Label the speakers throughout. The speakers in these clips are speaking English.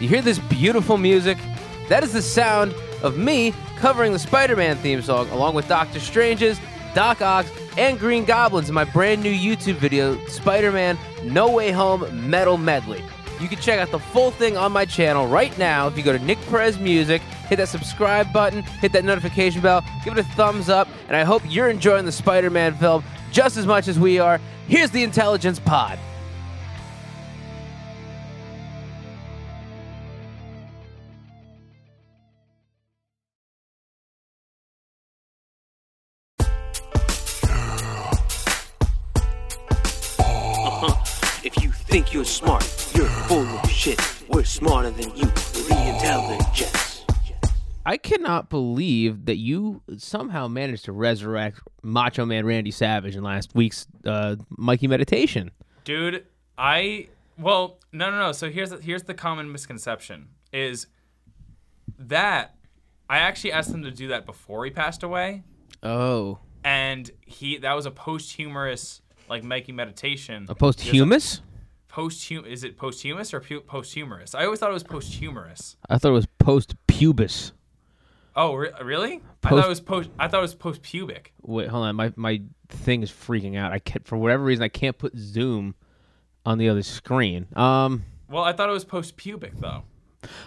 Speaker 1: You hear this beautiful music? That is the sound of me covering the Spider Man theme song along with Doctor Strange's, Doc Ock's, and Green Goblin's in my brand new YouTube video, Spider Man No Way Home Metal Medley. You can check out the full thing on my channel right now if you go to Nick Perez Music, hit that subscribe button, hit that notification bell, give it a thumbs up, and I hope you're enjoying the Spider Man film just as much as we are. Here's the Intelligence Pod.
Speaker 2: If you think you're smart, you're full of shit. We're smarter than you. We're the intelligence.
Speaker 1: I cannot believe that you somehow managed to resurrect Macho Man Randy Savage in last week's uh, Mikey meditation.
Speaker 3: dude i well no no no so here's here's the common misconception is that i actually asked him to do that before he passed away
Speaker 1: Oh,
Speaker 3: and he that was a posthumous like making meditation
Speaker 1: a posthumous?
Speaker 3: posthum is it posthumous or pu- posthumous i always thought it was posthumous
Speaker 1: I thought it was post pubis.
Speaker 3: oh re- really i thought it was post i thought it was post pubic
Speaker 1: Wait, hold on. My my thing is freaking out. I can't for whatever reason I can't put Zoom on the other screen. Um.
Speaker 3: well i thought it was post pubic though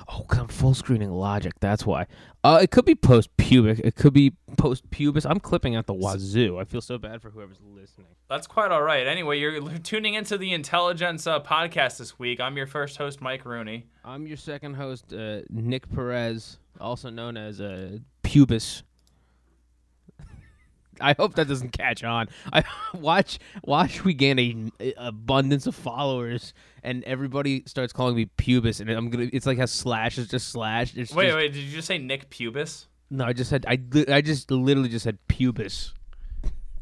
Speaker 1: Oh, 'cause I'm full screening Logic. That's why. Uh, it could be post pubic. It could be post pubis. I'm clipping out the wazoo. I feel so bad for whoever's listening.
Speaker 3: That's quite all right. Anyway, you're l- tuning into the Intelligence uh, podcast this week. I'm your first host, Mike Rooney.
Speaker 1: I'm your second host, uh, Nick Perez, also known as uh, Pubis. I hope that doesn't catch on. I watch watch we gain a, a abundance of followers, and everybody starts calling me Pubis, and I'm gonna. It's like how slash is just slash. It's
Speaker 3: Wait,
Speaker 1: just,
Speaker 3: wait, did you just say Nick Pubis?
Speaker 1: No, I just said I. li- I just literally just said Pubis.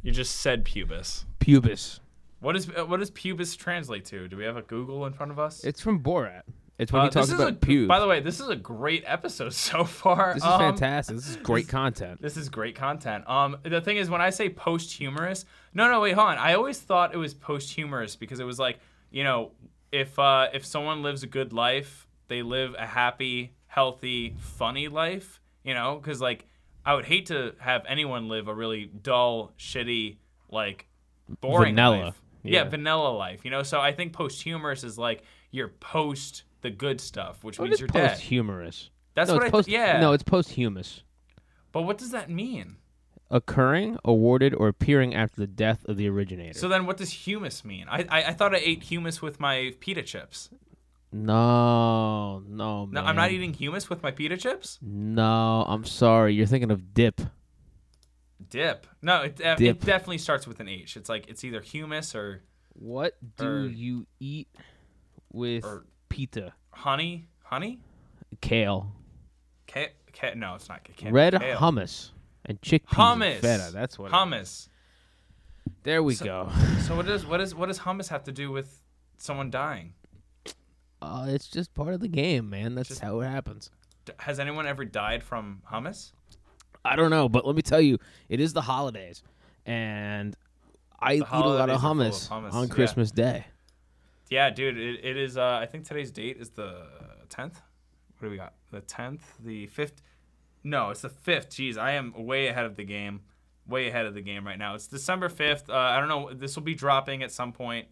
Speaker 3: You just said pubis.
Speaker 1: Pubis.
Speaker 3: What is uh, what does pubis translate to? Do we have a Google in front of us?
Speaker 1: It's from Borat. It's when
Speaker 3: Uh,
Speaker 1: he talks
Speaker 3: this is
Speaker 1: about
Speaker 3: a,
Speaker 1: pubes.
Speaker 3: By the way, this is a great episode so far.
Speaker 1: this is
Speaker 3: Um,
Speaker 1: fantastic. This is great content.
Speaker 3: This is great content. Um, the thing is, when I say posthumous, no, no, wait, hold on. I always thought it was posthumous because it was like, you know, if uh, if someone lives a good life, they live a happy, healthy, funny life. You know, because like, I would hate to have anyone live a really dull, shitty, like, boring
Speaker 1: Vanilla.
Speaker 3: life. Yeah.
Speaker 1: Yeah.
Speaker 3: vanilla life. You know, so I think posthumous is like your post the good stuff, which
Speaker 1: What
Speaker 3: means
Speaker 1: is
Speaker 3: you're dead.
Speaker 1: posthumous?
Speaker 3: That's
Speaker 1: no,
Speaker 3: what I.
Speaker 1: it's
Speaker 3: Th-
Speaker 1: post-
Speaker 3: yeah.
Speaker 1: No, it's posthumous.
Speaker 3: but what does that mean?
Speaker 1: occurring, awarded, or appearing after the death of the originator.
Speaker 3: So then, what does humus mean? I, I, I thought I ate humus with my pita chips.
Speaker 1: no, no,
Speaker 3: No, I'm not eating humus with my pita chips.
Speaker 1: No, I'm sorry. You're thinking of dip.
Speaker 3: Dip. No, it, def-
Speaker 1: Dip.
Speaker 3: it definitely starts with an H. It's like it's either humus or
Speaker 1: What do
Speaker 3: Or-
Speaker 1: you eat with
Speaker 3: or-
Speaker 1: pita?
Speaker 3: honey. Honey?
Speaker 1: Kale,
Speaker 3: Ca- ca- no, it's not. It can't be
Speaker 1: red
Speaker 3: kale.
Speaker 1: hummus, and chickpeas.
Speaker 3: Hummus.
Speaker 1: And feta. That's what. it is.
Speaker 3: Hummus.
Speaker 1: There we go.
Speaker 3: So what does what does what does hummus have to do with someone dying?
Speaker 1: Uh, it's just part of the game, man. That's how it happens.
Speaker 3: D- has anyone ever died from hummus?
Speaker 1: I don't know, but let me tell you, it is the holidays, and I eat a lot of
Speaker 3: holidays are full of
Speaker 1: hummus,
Speaker 3: hummus,
Speaker 1: on
Speaker 3: yeah.
Speaker 1: Christmas Day.
Speaker 3: Yeah, dude. It, it is. Uh, I think today's date is the tenth. What do we got? The tenth, the fifth. No, it's the fifth. Jeez, I am way ahead of the game. Way ahead of the game right now. It's December fifth. Uh, I don't know. This will be dropping at some point,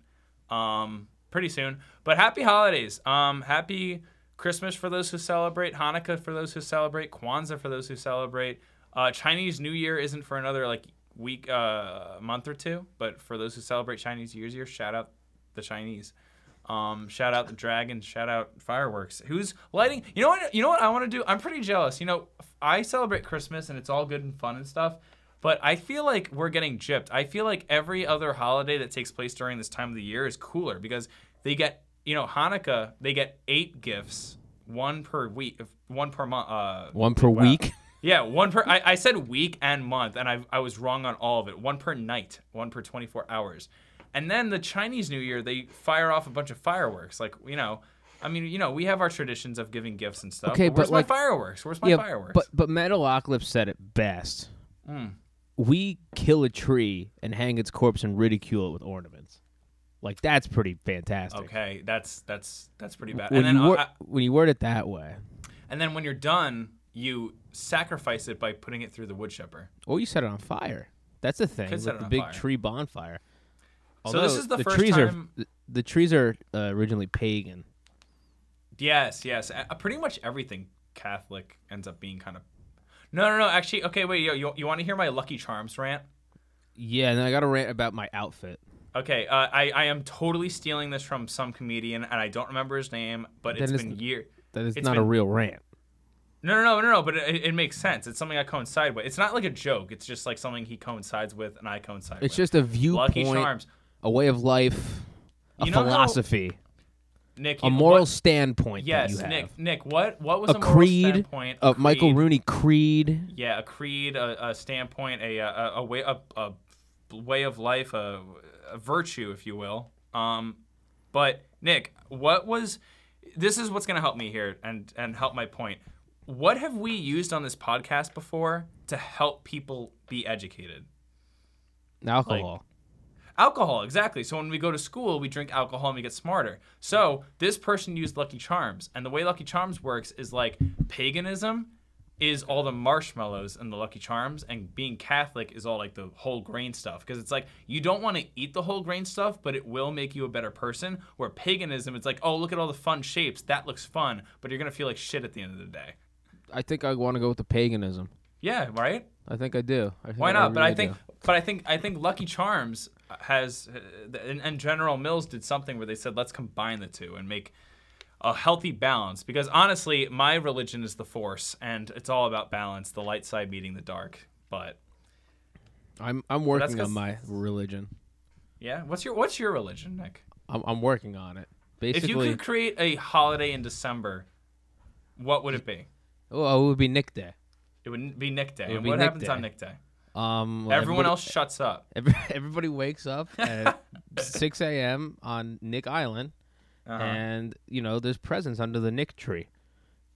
Speaker 3: um, pretty soon. But happy holidays. Um, happy Christmas for those who celebrate. Hanukkah for those who celebrate. Kwanzaa for those who celebrate. Uh, Chinese New Year isn't for another like week, uh, month or two. But for those who celebrate Chinese New Year's Year, shout out the Chinese. Um, shout out the dragon. Shout out fireworks. Who's lighting? You know what? You know what I want to do. I'm pretty jealous. You know, I celebrate Christmas and it's all good and fun and stuff, but I feel like we're getting gypped. I feel like every other holiday that takes place during this time of the year is cooler because they get you know Hanukkah. They get eight gifts, one per week, one per month. Uh,
Speaker 1: One per week.
Speaker 3: yeah, one per. I, I said week and month, and I, I was wrong on all of it. One per night, one per 24 hours. And then the Chinese New Year, they fire off a bunch of fireworks. Like, you know, I mean, you know, we have our traditions of giving gifts and stuff.
Speaker 1: Okay,
Speaker 3: where's
Speaker 1: but,
Speaker 3: my
Speaker 1: like-
Speaker 3: fireworks? Where's my fireworks? Hmm.
Speaker 1: But but Metalocalypse said it best. We kill a tree and hang its corpse and ridicule it with ornaments. Like that's pretty fantastic.
Speaker 3: Okay, that's that's that's pretty bad.
Speaker 1: When
Speaker 3: and then uh,
Speaker 1: you wor-
Speaker 3: I- I-
Speaker 1: when you word it that way,
Speaker 3: and then when you're done, you sacrifice it by putting it through the wood chipper.
Speaker 1: or you set it on fire. That's the thing
Speaker 3: Could
Speaker 1: with
Speaker 3: set it
Speaker 1: the
Speaker 3: on
Speaker 1: big
Speaker 3: fire.
Speaker 1: tree bonfire.
Speaker 3: So this is the first
Speaker 1: trees
Speaker 3: time-
Speaker 1: Are, the, the trees are uh, originally pagan.
Speaker 3: Yes, yes. A- uh, pretty much everything Catholic ends up being kind of. No, no, no. Actually, okay, wait. You, you, you want to hear my Lucky Charms rant?
Speaker 1: Yeah, and then I got to rant about my outfit.
Speaker 3: Okay, uh, I, I am totally stealing this from some comedian, and I don't remember his name, but
Speaker 1: Then
Speaker 3: it's
Speaker 1: it's-
Speaker 3: been years.
Speaker 1: That is
Speaker 3: It's
Speaker 1: not a
Speaker 3: been-
Speaker 1: real rant.
Speaker 3: No, no, no, no, no. But it, it makes sense. It's something I coincide with. It's not like a joke. It's just like something he coincides with, and I coincide with.
Speaker 1: It's just a viewpoint,
Speaker 3: Lucky Charms.
Speaker 1: a way of life, a
Speaker 3: You know how-
Speaker 1: philosophy,
Speaker 3: Nick,
Speaker 1: a
Speaker 3: you-
Speaker 1: moral
Speaker 3: what-
Speaker 1: standpoint. that you
Speaker 3: Yes,
Speaker 1: have.
Speaker 3: Nick. Nick, what what was
Speaker 1: a
Speaker 3: a, moral
Speaker 1: creed,
Speaker 3: standpoint?
Speaker 1: a Uh, Michael
Speaker 3: creed.
Speaker 1: Rooney creed.
Speaker 3: Yeah, a creed, a, a standpoint, a a, a way a, a way of life, a, a virtue, if you will. Um, but Nick, what was? This is what's going to help me here and and help my point. What have we used on this podcast before to help people be educated?
Speaker 1: Alcohol.
Speaker 3: Alcohol, exactly. So when we go to school, we drink alcohol and we get smarter. So this person used Lucky Charms, and the way Lucky Charms works is like paganism is all the marshmallows and the Lucky Charms, and being Catholic is all like the whole grain stuff. Because it's like you don't want to eat the whole grain stuff, but it will make you a better person. Where paganism, it's like, oh, look at all the fun shapes. That looks fun, but you're gonna feel like shit at the end of the day.
Speaker 1: I think I want to go with the paganism.
Speaker 3: Yeah, right.
Speaker 1: I think I do. I think
Speaker 3: Why
Speaker 1: I
Speaker 3: not? But I
Speaker 1: really
Speaker 3: think,
Speaker 1: do.
Speaker 3: but I think, I think Lucky Charms has, uh, and, and General Mills did something where they said let's combine the two and make a healthy balance. Because honestly, my religion is the Force, and it's all about balance, the light side meeting the dark. But
Speaker 1: I'm I'm
Speaker 3: that's
Speaker 1: working
Speaker 3: 'cause-
Speaker 1: on my religion.
Speaker 3: yeah, what's your what's your religion, Nick?
Speaker 1: I'm, I'm working on it. Basically,
Speaker 3: if you could create a holiday in December, what would it be?
Speaker 1: oh, it would be Nick Day.
Speaker 3: It would be Nick Day.
Speaker 1: would
Speaker 3: And
Speaker 1: be
Speaker 3: what
Speaker 1: Nick
Speaker 3: happens
Speaker 1: Day.
Speaker 3: on Nick Day?
Speaker 1: Um, well,
Speaker 3: Everyone
Speaker 1: everybody-
Speaker 3: else shuts up.
Speaker 1: every- everybody wakes up at 6 a.m. on Nick Island,
Speaker 3: Uh-huh.
Speaker 1: and you know there's presents under the Nick tree,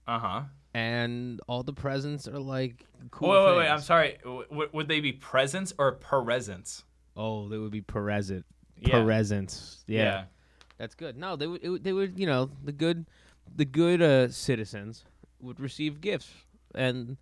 Speaker 3: Uh huh.
Speaker 1: and all the presents are like cool.
Speaker 3: Wait, wait, wait. I'm
Speaker 1: things.
Speaker 3: sorry. W- would they be presents or presents?
Speaker 1: Oh, they would be present.
Speaker 3: Yeah.
Speaker 1: Presents. Yeah. that's good. No, they would. It, would- they would. You know, the good, the good uh, citizens would receive gifts, and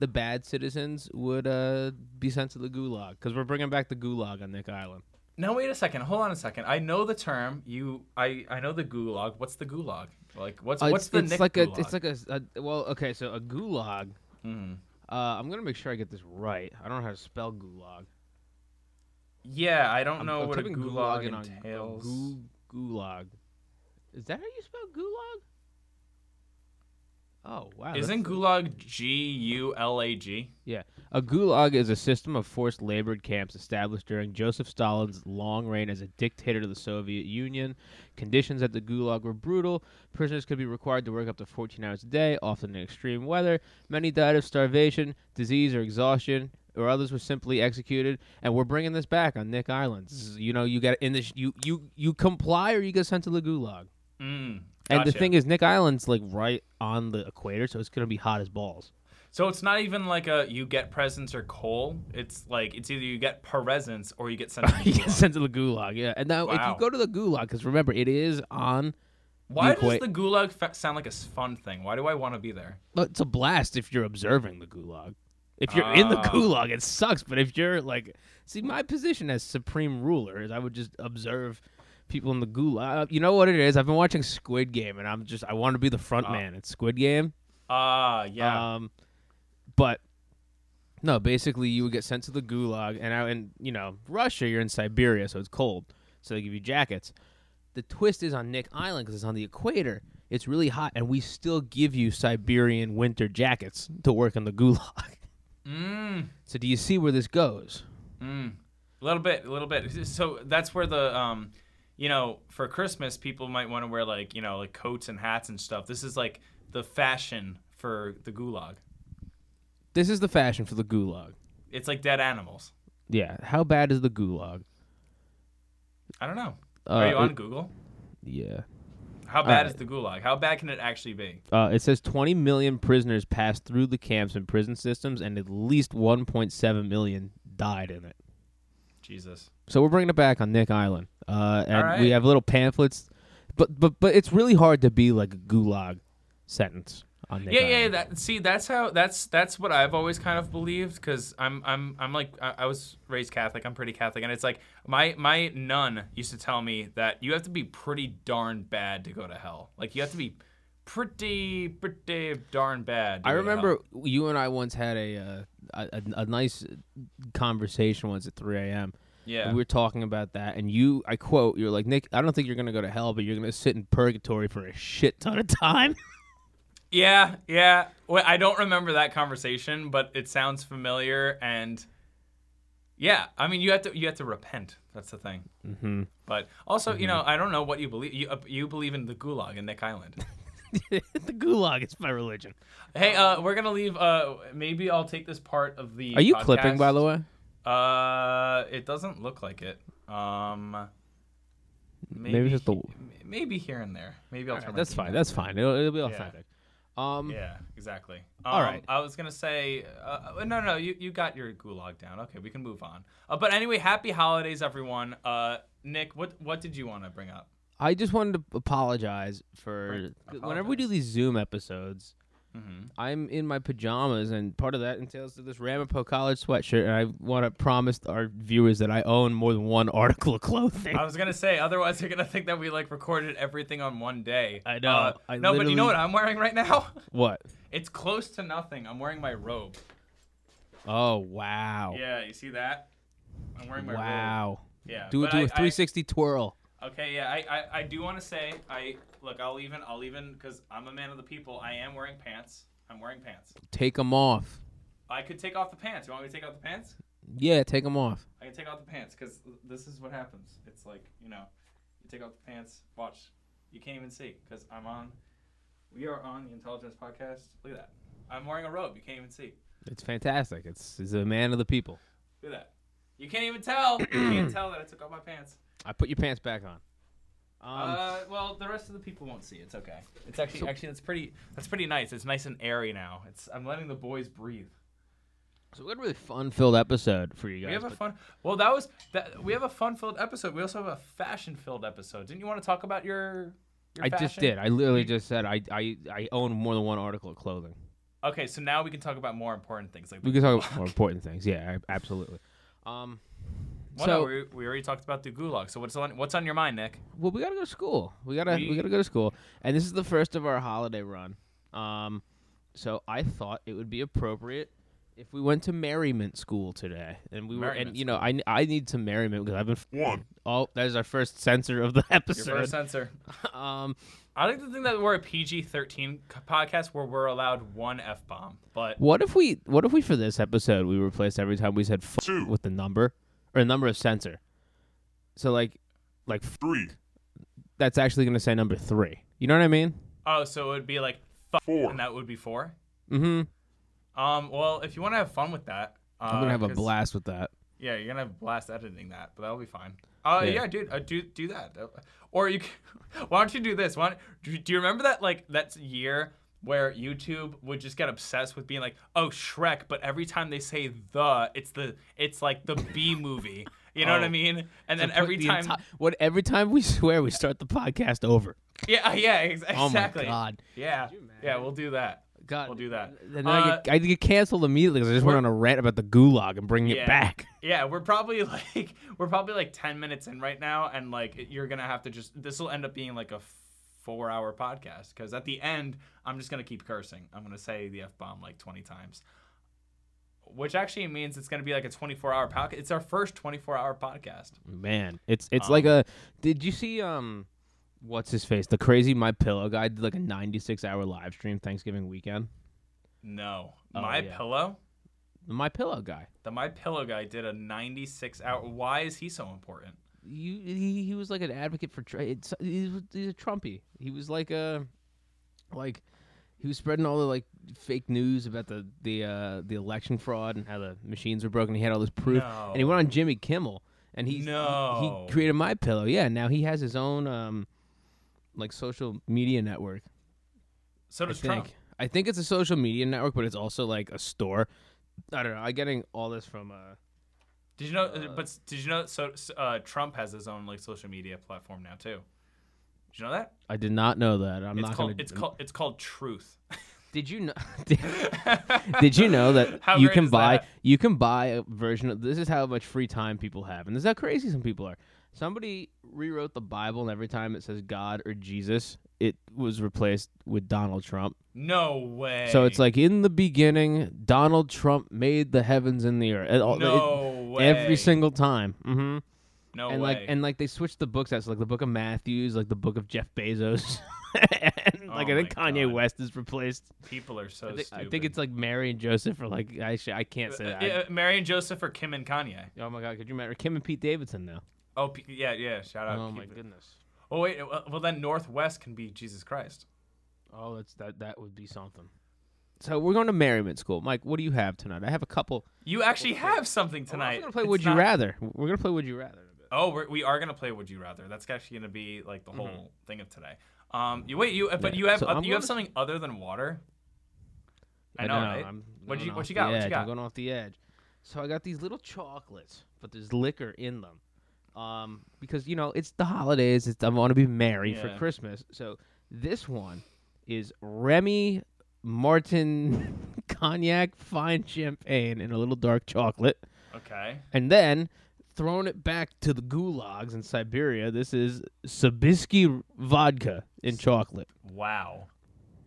Speaker 1: the bad citizens would uh, be sent to the gulag because we're bringing back the gulag on Nick Island.
Speaker 3: Now wait a second. Hold on a second. I know the term. You, I, I know the gulag. What's the gulag? Like what's
Speaker 1: Uh,
Speaker 3: what's
Speaker 1: it's,
Speaker 3: the
Speaker 1: it's
Speaker 3: Nick
Speaker 1: like
Speaker 3: gulag? Mm-hmm.
Speaker 1: a it's like a, a well okay so a gulag. Uh, I'm gonna make sure I get this right. I don't know how to spell gulag.
Speaker 3: yeah. I don't
Speaker 1: I'm-
Speaker 3: know
Speaker 1: I'm
Speaker 3: what a
Speaker 1: typing
Speaker 3: gulag
Speaker 1: in on- uh,
Speaker 3: entails.
Speaker 1: gu- gulag. Is that how you spell gulag? Oh wow! that's-
Speaker 3: Isn't gulag G U L A G?
Speaker 1: Yeah. A gulag is a system of forced labor camps established during Joseph Stalin's long reign as a dictator to the Soviet Union. Conditions at the gulag were brutal. Prisoners could be required to work up to 14 hours a day, often in extreme weather. Many died of starvation, disease, or exhaustion. Or others were simply executed, and we're bringing this back on Nick Island. This is- You know, you got in this, you you you comply or you get sent to the gulag.
Speaker 3: Mm,
Speaker 1: And the
Speaker 3: gotcha.
Speaker 1: thing is, Nick Island's like right on the equator, so it's gonna be hot as balls.
Speaker 3: so it's not even like a you get presents or coal. It's like it's either you get presents or you get sent. to the
Speaker 1: You
Speaker 3: gulag.
Speaker 1: get sent to the gulag. Yeah, and now if
Speaker 3: Wow.
Speaker 1: you go to the gulag, because remember it is on.
Speaker 3: Why does
Speaker 1: equate-
Speaker 3: the gulag fa- sound like a s- fun thing? Why do I want to be there?
Speaker 1: well, It's a blast if you're observing the gulag. If you're in the
Speaker 3: Ah.
Speaker 1: gulag, it sucks. But if you're like, see, my position as supreme ruler is I would just observe people in the gulag. You know what it is? I've been watching Squid Game, and I'm just I want to be the front man at Squid Game.
Speaker 3: Ah, yeah.
Speaker 1: Um, but no, basically you would get sent to the gulag, and out in you know Russia, you're in Siberia, so it's cold, so they give you jackets. The twist is on Nick Island because it's on the equator. It's really hot, and we still give you Siberian winter jackets to work in the gulag.
Speaker 3: mm.
Speaker 1: So do you see where this goes?
Speaker 3: Mm. A little bit, a little bit. So that's where the, um, you know, for Christmas, people might want to wear like, you know, like coats and hats and stuff. This is like the fashion for the gulag.
Speaker 1: This is the fashion for the gulag.
Speaker 3: It's like dead animals.
Speaker 1: Yeah, how bad is the gulag?
Speaker 3: I don't know.
Speaker 1: Uh,
Speaker 3: Are you on
Speaker 1: it-
Speaker 3: Google?
Speaker 1: yeah.
Speaker 3: How bad
Speaker 1: right.
Speaker 3: is the gulag? How bad can it actually be?
Speaker 1: Uh, it says 20 million prisoners passed through the camps and prison systems, and at least 1.7 million died in it.
Speaker 3: Jesus.
Speaker 1: So we're bringing it back on Nick Island, uh, and
Speaker 3: All
Speaker 1: we
Speaker 3: right.
Speaker 1: have little pamphlets. But but but it's really hard to be like a gulag sentence on Nick
Speaker 3: Yeah,
Speaker 1: Island.
Speaker 3: yeah. That see, that's how that's that's what I've always kind of believed because I'm I'm I'm like I, I was raised Catholic. I'm pretty Catholic, and it's like my my nun used to tell me that you have to be pretty darn bad to go to hell. Like you have to be pretty pretty darn bad. to
Speaker 1: I
Speaker 3: go to hell.
Speaker 1: remember you and I once had a uh, a, a, a nice conversation once at 3 a.m.
Speaker 3: Yeah.
Speaker 1: And we were talking about that, and you, I quote, you're like, Nick, I don't think you're going to go to hell, but you're going to sit in purgatory for a shit ton of time.
Speaker 3: Yeah, yeah. Well, I don't remember that conversation, but it sounds familiar. And yeah, I mean, you have to you have to repent. That's the thing. Mm-hmm. But also,
Speaker 1: Mm-hmm.
Speaker 3: you know, I don't know what you believe. You, uh, you believe in the Gulag and Nick Island.
Speaker 1: the gulag is my religion.
Speaker 3: hey, uh, we're gonna leave. Uh, maybe I'll take this part of the.
Speaker 1: Are you
Speaker 3: podcast.
Speaker 1: clipping, by the way?
Speaker 3: Uh, it doesn't look like it. Um, maybe,
Speaker 1: just the-
Speaker 3: he- maybe here and there. Maybe I'll. turn my
Speaker 1: That's
Speaker 3: team
Speaker 1: fine.
Speaker 3: down.
Speaker 1: That's fine. It'll, it'll be authentic. Um,
Speaker 3: Yeah, exactly. Um,
Speaker 1: All right.
Speaker 3: I was gonna say, uh, no, no, you, you got your gulag down. Okay, we can move on. Uh, but anyway, happy holidays, everyone. Uh, Nick, what what did you want to bring up?
Speaker 1: I just wanted to apologize for whenever we do these Zoom episodes. I'm in my pajamas, and part of that entails this Ramapo College sweatshirt. And I want to promise our viewers that I own more than one article of clothing.
Speaker 3: I was gonna say, otherwise they're gonna think that we like recorded everything on one day.
Speaker 1: I know.
Speaker 3: Uh,
Speaker 1: I
Speaker 3: no, but you
Speaker 1: literally-
Speaker 3: know what I'm wearing right now?
Speaker 1: what?
Speaker 3: It's close to nothing. I'm wearing my robe.
Speaker 1: Oh wow!
Speaker 3: Yeah, you see that? I'm wearing my robe.
Speaker 1: wow!
Speaker 3: Yeah.
Speaker 1: Do
Speaker 3: but
Speaker 1: do
Speaker 3: I-
Speaker 1: a
Speaker 3: I-
Speaker 1: 360 twirl.
Speaker 3: Okay, yeah, I, I, I do want to say I look. I'll even I'll even because I'm a man of the people. I am wearing pants. I'm wearing pants.
Speaker 1: Take them off.
Speaker 3: I could take off the pants. You want me to take off the pants?
Speaker 1: Yeah, take them off.
Speaker 3: I can take off the pants because this is what happens. It's like you know, you take off the pants. Watch, you can't even see because I'm on. We are on the Intelligence Podcast. Look at that. I'm wearing a robe. You can't even see.
Speaker 1: It's fantastic. It's he's a man of the people.
Speaker 3: Look at that. You can't even tell. you can't tell that I took off my pants.
Speaker 1: I put your pants back on. Um,
Speaker 3: Uh, well, the rest of the people won't see. It's okay. It's actually actually that's pretty that's pretty nice. It's nice and airy now. It's I'm letting the boys breathe.
Speaker 1: so we had a really fun-filled episode for you guys.
Speaker 3: We have a
Speaker 1: but-
Speaker 3: fun. Well, that was that. We have a fun-filled episode. We also have a fashion-filled episode. Didn't you want to talk about your? your
Speaker 1: I just
Speaker 3: fashion? Mm-hmm.
Speaker 1: did. I literally just said I, I I own more than one article of clothing.
Speaker 3: Okay, so now we can talk about more important things. Like
Speaker 1: We can talk about more important things. Yeah, I- absolutely. Um,
Speaker 3: well, no,
Speaker 1: so
Speaker 3: we, we already talked about the gulag. So what's on what's on your mind, Nick?
Speaker 1: well, we gotta go to school. We gotta we,
Speaker 3: We-
Speaker 1: gotta go to school, and this is the first of our holiday run. Um, so I thought it would be appropriate if we went to merriment school today, and we were and
Speaker 3: Merriment
Speaker 1: you know I, I need some merriment because I've been one. Oh, that is our first censor of the episode.
Speaker 3: Your first answer.
Speaker 1: um,
Speaker 3: I like to think that we're a PG-13 c- podcast where we're allowed one f bomb, but
Speaker 1: What if we what if we for this episode we replaced every time we said f- with the number or a number of censor. So like like three. That's actually going to say number 3. You know what I mean?
Speaker 3: oh, so it would be like f- and that would be four.
Speaker 1: Mhm.
Speaker 3: Um, well, if you want to have fun with that, uh,
Speaker 1: I'm going to have a
Speaker 3: 'cause-
Speaker 1: blast with that.
Speaker 3: Yeah, you're gonna have a blast editing that, but that'll be fine. Uh,
Speaker 1: Yeah.
Speaker 3: yeah, dude, uh, do do that. Uh, Or you, can, why don't you do this? Why don't, do, do you remember that like that year where YouTube would just get obsessed with being like, oh Shrek, but every time they say the, it's the it's like the B movie. You know what I mean? And then
Speaker 1: Oh. Put
Speaker 3: every
Speaker 1: the
Speaker 3: time,
Speaker 1: enti- what every time we swear we start the podcast over.
Speaker 3: yeah, yeah, ex-
Speaker 1: Oh
Speaker 3: exactly.
Speaker 1: my god.
Speaker 3: Yeah, yeah, we'll do that.
Speaker 1: God.
Speaker 3: We'll do that.
Speaker 1: And then I,
Speaker 3: Uh,
Speaker 1: get, I get canceled immediately because I just went on a rant about the gulag and bringing
Speaker 3: Yeah.
Speaker 1: it back.
Speaker 3: Yeah, we're probably like we're probably like ten minutes in right now, and like it- you're gonna have to just this will end up being like a four hour podcast because at the end I'm just gonna keep cursing. I'm gonna say the f bomb like twenty times, which actually means it's gonna be like a twenty four hour podcast. It's our first twenty four hour podcast.
Speaker 1: Man, it's it's like a. Did you see um, what's his face? The crazy my pillow guy did like a ninety six hour live stream Thanksgiving weekend.
Speaker 3: No, my
Speaker 1: Oh, yeah.
Speaker 3: pillow,
Speaker 1: The my pillow guy.
Speaker 3: the my pillow guy did a ninety six hour. Why is he so important?
Speaker 1: You he, he was like an advocate for. Tra- it's, he was, he's a Trumpy. He was like a, like, he was spreading all the like fake news about the the uh, the election fraud and how the machines were broken. He had all this proof, and he went on Jimmy Kimmel. And he he-
Speaker 3: No.
Speaker 1: he created my pillow. Yeah, now he has his own um, like social media network.
Speaker 3: So
Speaker 1: I
Speaker 3: does
Speaker 1: think.
Speaker 3: Trump.
Speaker 1: I think it's a social media network, but it's also like a store. I don't know. I'm getting all this from uh,
Speaker 3: Did you know? but s- did you know? So so, uh, Trump has his own like social media platform now too. Did you know that?
Speaker 1: I did not know that. I'm
Speaker 3: It's
Speaker 1: not
Speaker 3: called
Speaker 1: gonna.
Speaker 3: it's called it's called Truth.
Speaker 1: Did you know? Did, did you know that
Speaker 3: How
Speaker 1: you
Speaker 3: great
Speaker 1: can
Speaker 3: is
Speaker 1: buy
Speaker 3: that?
Speaker 1: you can buy a version of this is how much free time people have, and this is how crazy some people are. Somebody rewrote the Bible, and every time it says God or Jesus, it was replaced with Donald Trump.
Speaker 3: No way.
Speaker 1: So it's like in the beginning, Donald Trump made the heavens and the earth. It all- it-
Speaker 3: no way.
Speaker 1: Every single time. hmm
Speaker 3: no
Speaker 1: and
Speaker 3: way.
Speaker 1: like and like they switched the books out, so like the book of Matthews, like the book of Jeff Bezos. and like
Speaker 3: Oh
Speaker 1: I think
Speaker 3: my
Speaker 1: Kanye
Speaker 3: God.
Speaker 1: West is replaced.
Speaker 3: people are so
Speaker 1: I think, I
Speaker 3: stupid.
Speaker 1: think it's like Mary and Joseph are like I sh- I can't say
Speaker 3: Uh,
Speaker 1: that.
Speaker 3: yeah, Mary and Joseph or Kim and Kanye.
Speaker 1: I- oh my god, could you imagine Kim and Pete Davidson now?
Speaker 3: Oh P- yeah, yeah. Shout out.
Speaker 1: Oh my
Speaker 3: Keep it-
Speaker 1: goodness.
Speaker 3: Oh wait. uh, Well then, Northwest can be Jesus Christ.
Speaker 1: Oh, that's that that would be something. So we're going to Merriment School, Mike. What do you have tonight? I have a couple.
Speaker 3: You actually have
Speaker 1: We're
Speaker 3: something
Speaker 1: also
Speaker 3: tonight.
Speaker 1: gonna play
Speaker 3: It's
Speaker 1: Would You
Speaker 3: not-
Speaker 1: Rather. We're gonna play Would You Rather. in a bit.
Speaker 3: Oh, we're, we are gonna play Would You Rather. That's actually gonna be like the whole thing of today. Um, you wait, you but
Speaker 1: Mm-hmm. Yeah.
Speaker 3: you have
Speaker 1: So
Speaker 3: uh,
Speaker 1: I'm
Speaker 3: you have
Speaker 1: gonna-
Speaker 3: something other than water. I
Speaker 1: Yeah,
Speaker 3: know,
Speaker 1: no,
Speaker 3: right?
Speaker 1: I'm
Speaker 3: What'd
Speaker 1: going
Speaker 3: you- what
Speaker 1: off the
Speaker 3: you got? What you
Speaker 1: edge.
Speaker 3: got?
Speaker 1: I'm going off the edge. So I got these little chocolates, but there's liquor in them. Um, because you know it's the holidays. It's I want to be merry for
Speaker 3: Yeah.
Speaker 1: Christmas. So this one is Remy Martin cognac fine champagne in a little dark chocolate,
Speaker 3: Okay.
Speaker 1: and then throwing it back to the gulags in Siberia. This is Sabisky vodka in chocolate.
Speaker 3: Wow.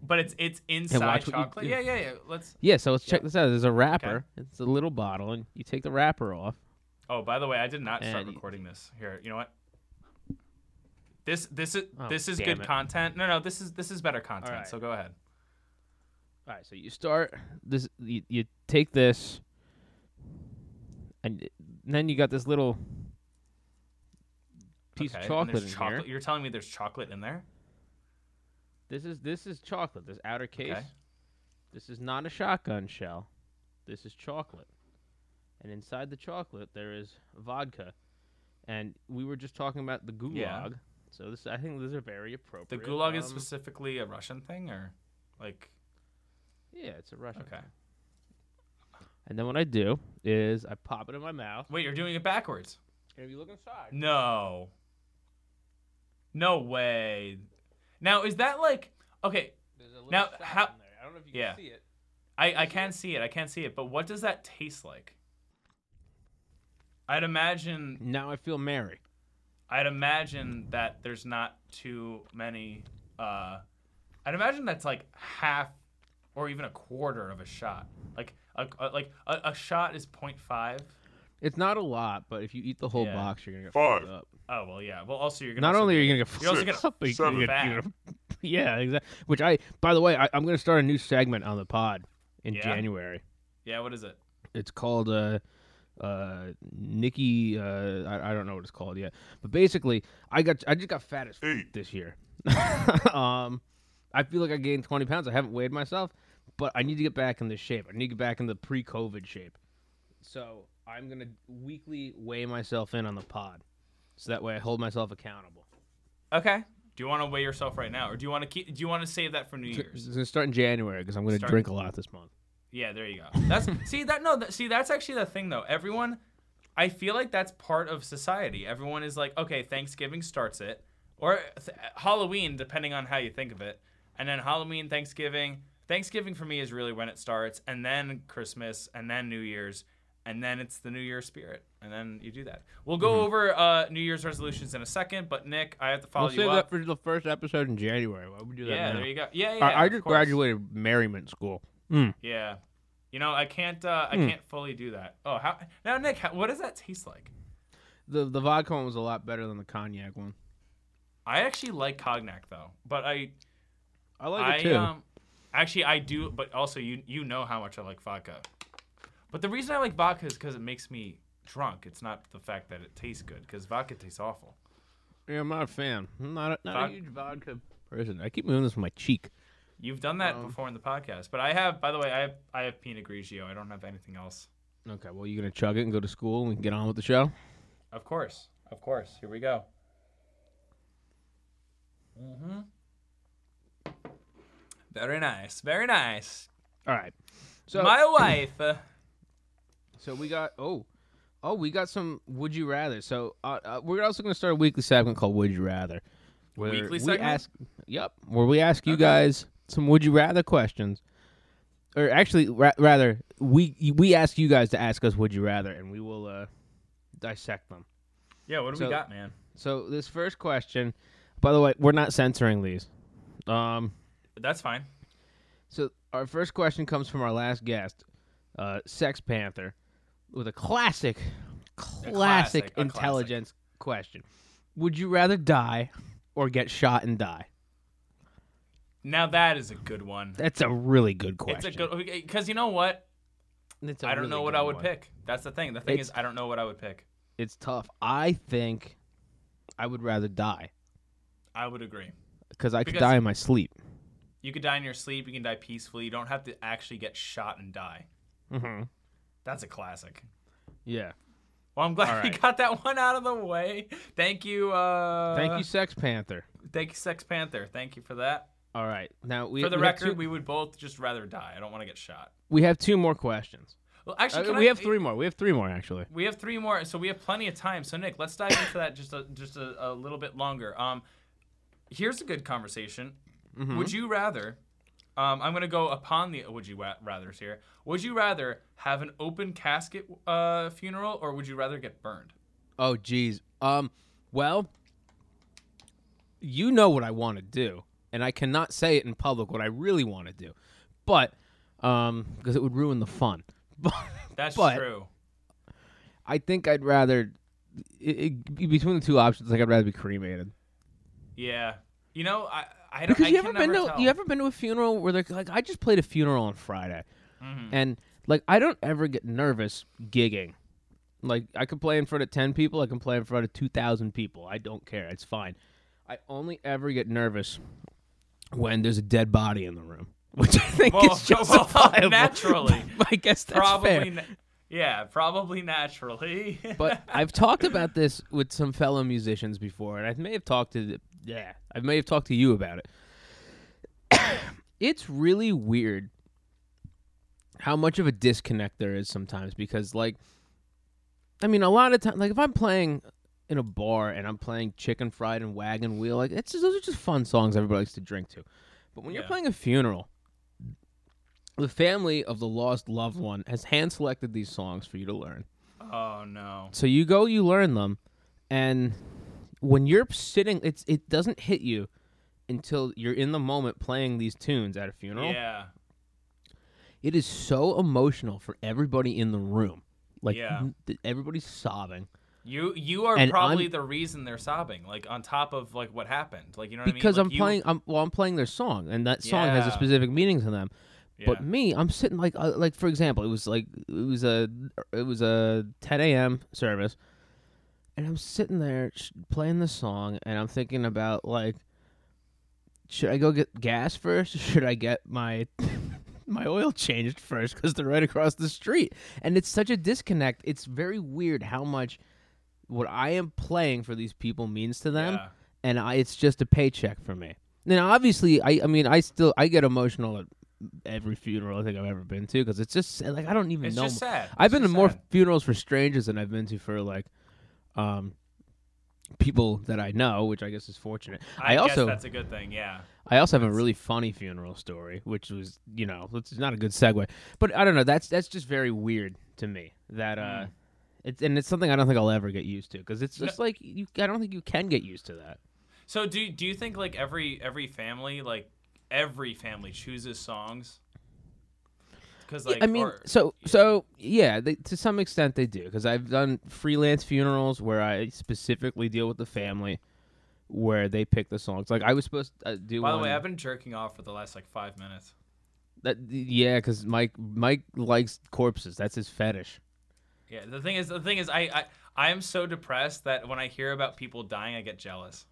Speaker 3: But it's it's inside
Speaker 1: watch what you
Speaker 3: chocolate.
Speaker 1: do.
Speaker 3: yeah, yeah, yeah. Let's.
Speaker 1: Yeah, so let's check this out. There's a wrapper. It's a little bottle, and you take the wrapper off.
Speaker 3: Oh, by the way, I did not start
Speaker 1: And-
Speaker 3: recording this. Here, you know what? This this is
Speaker 1: Oh,
Speaker 3: this is
Speaker 1: damn
Speaker 3: good
Speaker 1: it.
Speaker 3: content. No, no, this is this is better content.
Speaker 1: right.
Speaker 3: So go ahead.
Speaker 1: All right, so you start this. You, you take this, and it- then you got this little piece
Speaker 3: Okay,
Speaker 1: of
Speaker 3: and
Speaker 1: chocolate
Speaker 3: there's
Speaker 1: in
Speaker 3: chocolate.
Speaker 1: here.
Speaker 3: You're telling me there's chocolate in there?
Speaker 1: This is this is chocolate. This outer case.
Speaker 3: Okay.
Speaker 1: This is not a shotgun shell. This is chocolate, and inside the chocolate there is vodka. And we were just talking about the gulag,
Speaker 3: Yeah.
Speaker 1: so this I think these are very
Speaker 3: The
Speaker 1: appropriate.
Speaker 3: gulag is
Speaker 1: um,
Speaker 3: specifically a Russian thing, or like
Speaker 1: yeah, it's a Russian.
Speaker 3: okay.
Speaker 1: And then what I do is I pop it in my mouth,
Speaker 3: Wait, you're doing it backwards.
Speaker 1: and if you look inside.
Speaker 3: No. No way. Now is that like okay?
Speaker 1: There's a little
Speaker 3: Now,
Speaker 1: shot
Speaker 3: how-
Speaker 1: in there. I don't know if you
Speaker 3: yeah.
Speaker 1: can see it.
Speaker 3: I I can't see it. I can't see it. But what does that taste like? I'd imagine
Speaker 1: Now I feel merry.
Speaker 3: I'd imagine that there's not too many. Uh, I'd imagine that's like half or even a quarter of a shot. Like a, a like a, a shot is 0.5.
Speaker 1: It's not a lot, but if you eat the whole
Speaker 3: Yeah.
Speaker 1: box, you're gonna get five. Up.
Speaker 3: Oh well, yeah. Well, also you're gonna
Speaker 1: Not
Speaker 3: also
Speaker 1: only are
Speaker 3: get-
Speaker 1: you gonna get fucked
Speaker 3: you're also gonna
Speaker 1: up, but you're
Speaker 3: seven
Speaker 1: gonna get- you're gonna- yeah, exactly. Which I, by the way, I, I'm gonna start a new segment on the pod in
Speaker 3: Yeah?
Speaker 1: January.
Speaker 3: yeah. What is it?
Speaker 1: It's called uh, uh, Nikki. Uh, I, I don't know what it's called yet, but basically, I got I just got fat as fuck this year. um, I feel like I gained 20 pounds. I haven't weighed myself, but I need to get back in the shape. I need to get back in the pre-COVID shape. So I'm gonna weekly weigh myself in on the pod, so that way I hold myself accountable.
Speaker 3: Okay. Do you want to weigh yourself right now, or do you want to keep? Do you want to save that for New
Speaker 1: It's
Speaker 3: Year's?
Speaker 1: gonna start in January because I'm gonna
Speaker 3: Start-
Speaker 1: drink a lot this month.
Speaker 3: Yeah, there you go. That's see that no, that, see that's actually the thing though. Everyone, I feel like that's part of society. Everyone is like, okay, Thanksgiving starts it, or th- Halloween, depending on how you think of it, and then Halloween, Thanksgiving. Thanksgiving for me is really when it starts, and then Christmas, and then New Year's, and then it's the New Year spirit, and then you do that. We'll go
Speaker 1: Mm-hmm.
Speaker 3: over uh, New Year's resolutions in a second, but Nick, I have to follow
Speaker 1: we'll
Speaker 3: you
Speaker 1: save
Speaker 3: up.
Speaker 1: that for the first episode in January. Why would we do that?
Speaker 3: yeah,
Speaker 1: now?
Speaker 3: there you go. Yeah, yeah.
Speaker 1: I- I,
Speaker 3: of
Speaker 1: just
Speaker 3: course. Hmm.
Speaker 1: graduated Merriment School.
Speaker 3: Yeah, you know I can't. Uh,
Speaker 1: Hmm.
Speaker 3: I can't fully do that. Oh, how now, Nick? How, what does that taste like?
Speaker 1: The the vodka one was a lot better than the cognac one.
Speaker 3: I actually like cognac though, but I,
Speaker 1: I like
Speaker 3: I
Speaker 1: it too.
Speaker 3: um, actually I do. But also, you you know how much I like vodka. But the reason I like vodka is because it makes me drunk. It's not the fact that it tastes good because vodka tastes awful.
Speaker 1: Yeah, I'm not a fan. I'm not a, not
Speaker 3: Vod-
Speaker 1: a huge vodka person. I keep moving this with my cheek.
Speaker 3: You've done that
Speaker 1: Oh.
Speaker 3: before in the podcast, but I have. By the way, I have I have Pinot Grigio. I don't have anything else.
Speaker 1: Okay, well, you gonna chug it and go to school and we can get on with the show?
Speaker 3: Of course, of course. Here we go. Mm-hmm. Mhm. Very nice, very nice.
Speaker 1: All right. So
Speaker 3: My wife. uh,
Speaker 1: so we got oh, Oh, we got some would you rather. So uh, uh, we're also going to start a weekly segment called Would You Rather. Where
Speaker 3: Weekly
Speaker 1: we
Speaker 3: segment?
Speaker 1: Ask, yep, where we ask you guys some would you rather questions, or actually, ra- rather we we ask you guys to ask us would you rather, and we will uh, dissect them.
Speaker 3: Yeah, what do
Speaker 1: So-
Speaker 3: we got, man?
Speaker 1: So this first question, by the way, we're not censoring these. Um,
Speaker 3: That's fine.
Speaker 1: so our first question comes from our last guest, uh, Sex Panther, with a classic, classic,
Speaker 3: classic, a classic.
Speaker 1: intelligence question. Would you rather die or get shot and die?
Speaker 3: Now that is a good one.
Speaker 1: That's a really good question.
Speaker 3: It's a good because you know what?
Speaker 1: It's a
Speaker 3: I don't
Speaker 1: really
Speaker 3: know what
Speaker 1: good
Speaker 3: I would
Speaker 1: one.
Speaker 3: pick. That's the thing. The thing
Speaker 1: It's-
Speaker 3: is, I don't know what I would pick.
Speaker 1: It's tough. I think I would rather die
Speaker 3: I would agree.
Speaker 1: because I could
Speaker 3: Because-
Speaker 1: die in my sleep.
Speaker 3: You could die in your sleep. You can die peacefully. You don't have to actually get shot and die.
Speaker 1: Mm-hmm.
Speaker 3: That's a classic.
Speaker 1: Yeah.
Speaker 3: Well, I'm glad
Speaker 1: All
Speaker 3: we
Speaker 1: right.
Speaker 3: got that one out of the way. Thank you. Uh,
Speaker 1: Thank you, Sex Panther.
Speaker 3: Thank you, Sex Panther. Thank you for that.
Speaker 1: All right. Now we
Speaker 3: For the
Speaker 1: we have
Speaker 3: record,
Speaker 1: two-
Speaker 3: we would both just rather die. I don't want to get shot.
Speaker 1: we have two more questions.
Speaker 3: Well, actually,
Speaker 1: Uh,
Speaker 3: can
Speaker 1: we
Speaker 3: I- eh,
Speaker 1: have three more. We have three more actually.
Speaker 3: We have three more, so we have plenty of time. So Nick, let's dive into that just a, just a, a little bit longer. Um, here's a good conversation.
Speaker 1: Hmm? Mm-hmm.
Speaker 3: Would you rather? Um, I'm gonna go upon the would you wa- rather's here. Would you rather have an open casket uh, funeral, or would you rather get burned?
Speaker 1: Oh geez. Um. Well, you know what I want to do, and I cannot say it in public what I really want to do, but um, because it would ruin the fun. But
Speaker 3: That's
Speaker 1: But-
Speaker 3: true.
Speaker 1: I think I'd rather it, it, between the two options. Like I'd rather be cremated.
Speaker 3: Yeah. You know, I I don't.
Speaker 1: Because
Speaker 3: I
Speaker 1: you
Speaker 3: can
Speaker 1: ever been
Speaker 3: never
Speaker 1: to
Speaker 3: tell.
Speaker 1: you ever been to a funeral where they're like I just played a funeral on Friday,
Speaker 3: Mm-hmm.
Speaker 1: and like I don't ever get nervous gigging. Like I can play in front of ten people, I can play in front of two thousand people. I don't care. It's fine. I only ever get nervous when there's a dead body in the room, which I think
Speaker 3: Well,
Speaker 1: is justifiable.
Speaker 3: well, naturally.
Speaker 1: I guess that's
Speaker 3: probably.
Speaker 1: fair.
Speaker 3: na- yeah, probably naturally.
Speaker 1: but I've talked about this with some fellow musicians before, and I may have talked to the, yeah, I may have talked to you about it. it's really weird how much of a disconnect there is sometimes because, like, I mean, a lot of times, like if I'm playing in a bar and I'm playing Chicken Fried and Wagon Wheel, like it's just, those are just fun songs everybody likes to drink to. But when you're
Speaker 3: Yeah.
Speaker 1: playing a funeral, the family of the lost loved one has hand selected these songs for you to learn.
Speaker 3: oh no.
Speaker 1: So you go, you learn them, and when you're sitting, it's it doesn't hit you until you're in the moment playing these tunes at a funeral.
Speaker 3: Yeah.
Speaker 1: It is so emotional for everybody in the room. Like
Speaker 3: Yeah.
Speaker 1: n- th- everybody's sobbing
Speaker 3: You you are
Speaker 1: And
Speaker 3: probably
Speaker 1: I'm-
Speaker 3: the reason they're sobbing, like on top of like what happened, like you know what
Speaker 1: because I
Speaker 3: I mean.
Speaker 1: am playing. I'm well, I'm playing their song, and that song has a
Speaker 3: Yeah.
Speaker 1: specific meaning to them.
Speaker 3: Yeah.
Speaker 1: But me, I'm sitting like uh, like for example, it was like it was a it was a 10 a.m. service, and I'm sitting there sh- playing the song, and I'm thinking about like, should I go get gas first? Or should I get my my oil changed first? Because they're right across the street, and it's such a disconnect. It's very weird how much what I am playing for these people means to them
Speaker 3: Yeah.
Speaker 1: and I, it's just a paycheck for me. Now, obviously, I, I mean, I still, I get emotional at every funeral I think I've ever been to because it's just like I don't even
Speaker 3: It's
Speaker 1: know.
Speaker 3: just sad.
Speaker 1: I've
Speaker 3: It's
Speaker 1: been to
Speaker 3: just
Speaker 1: more
Speaker 3: sad.
Speaker 1: funerals for strangers than I've been to for like, um, people that I know, which I guess is fortunate. I,
Speaker 3: guess
Speaker 1: also,
Speaker 3: that's a good thing. Yeah.
Speaker 1: I also have a really funny funeral story, which was, you know, it's not a good segue, but I don't know. That's that's just very weird to me. That uh,
Speaker 3: Hmm.
Speaker 1: it's and it's something I don't think I'll ever get used to because it's just like you. I don't think you can get used to that.
Speaker 3: So do do you think like every every family like every family chooses songs? Because like
Speaker 1: I mean,
Speaker 3: or-
Speaker 1: so so yeah, they, to some extent they do because I've done freelance funerals where I specifically deal with the family, where they pick the songs. Like I was supposed to uh, do.
Speaker 3: by the
Speaker 1: one
Speaker 3: way, I've been jerking off for the last like five minutes.
Speaker 1: that, yeah, because Mike Mike likes corpses. That's his fetish.
Speaker 3: Yeah. The thing is, the thing is, I I I am so depressed that when I hear about people dying, I get jealous.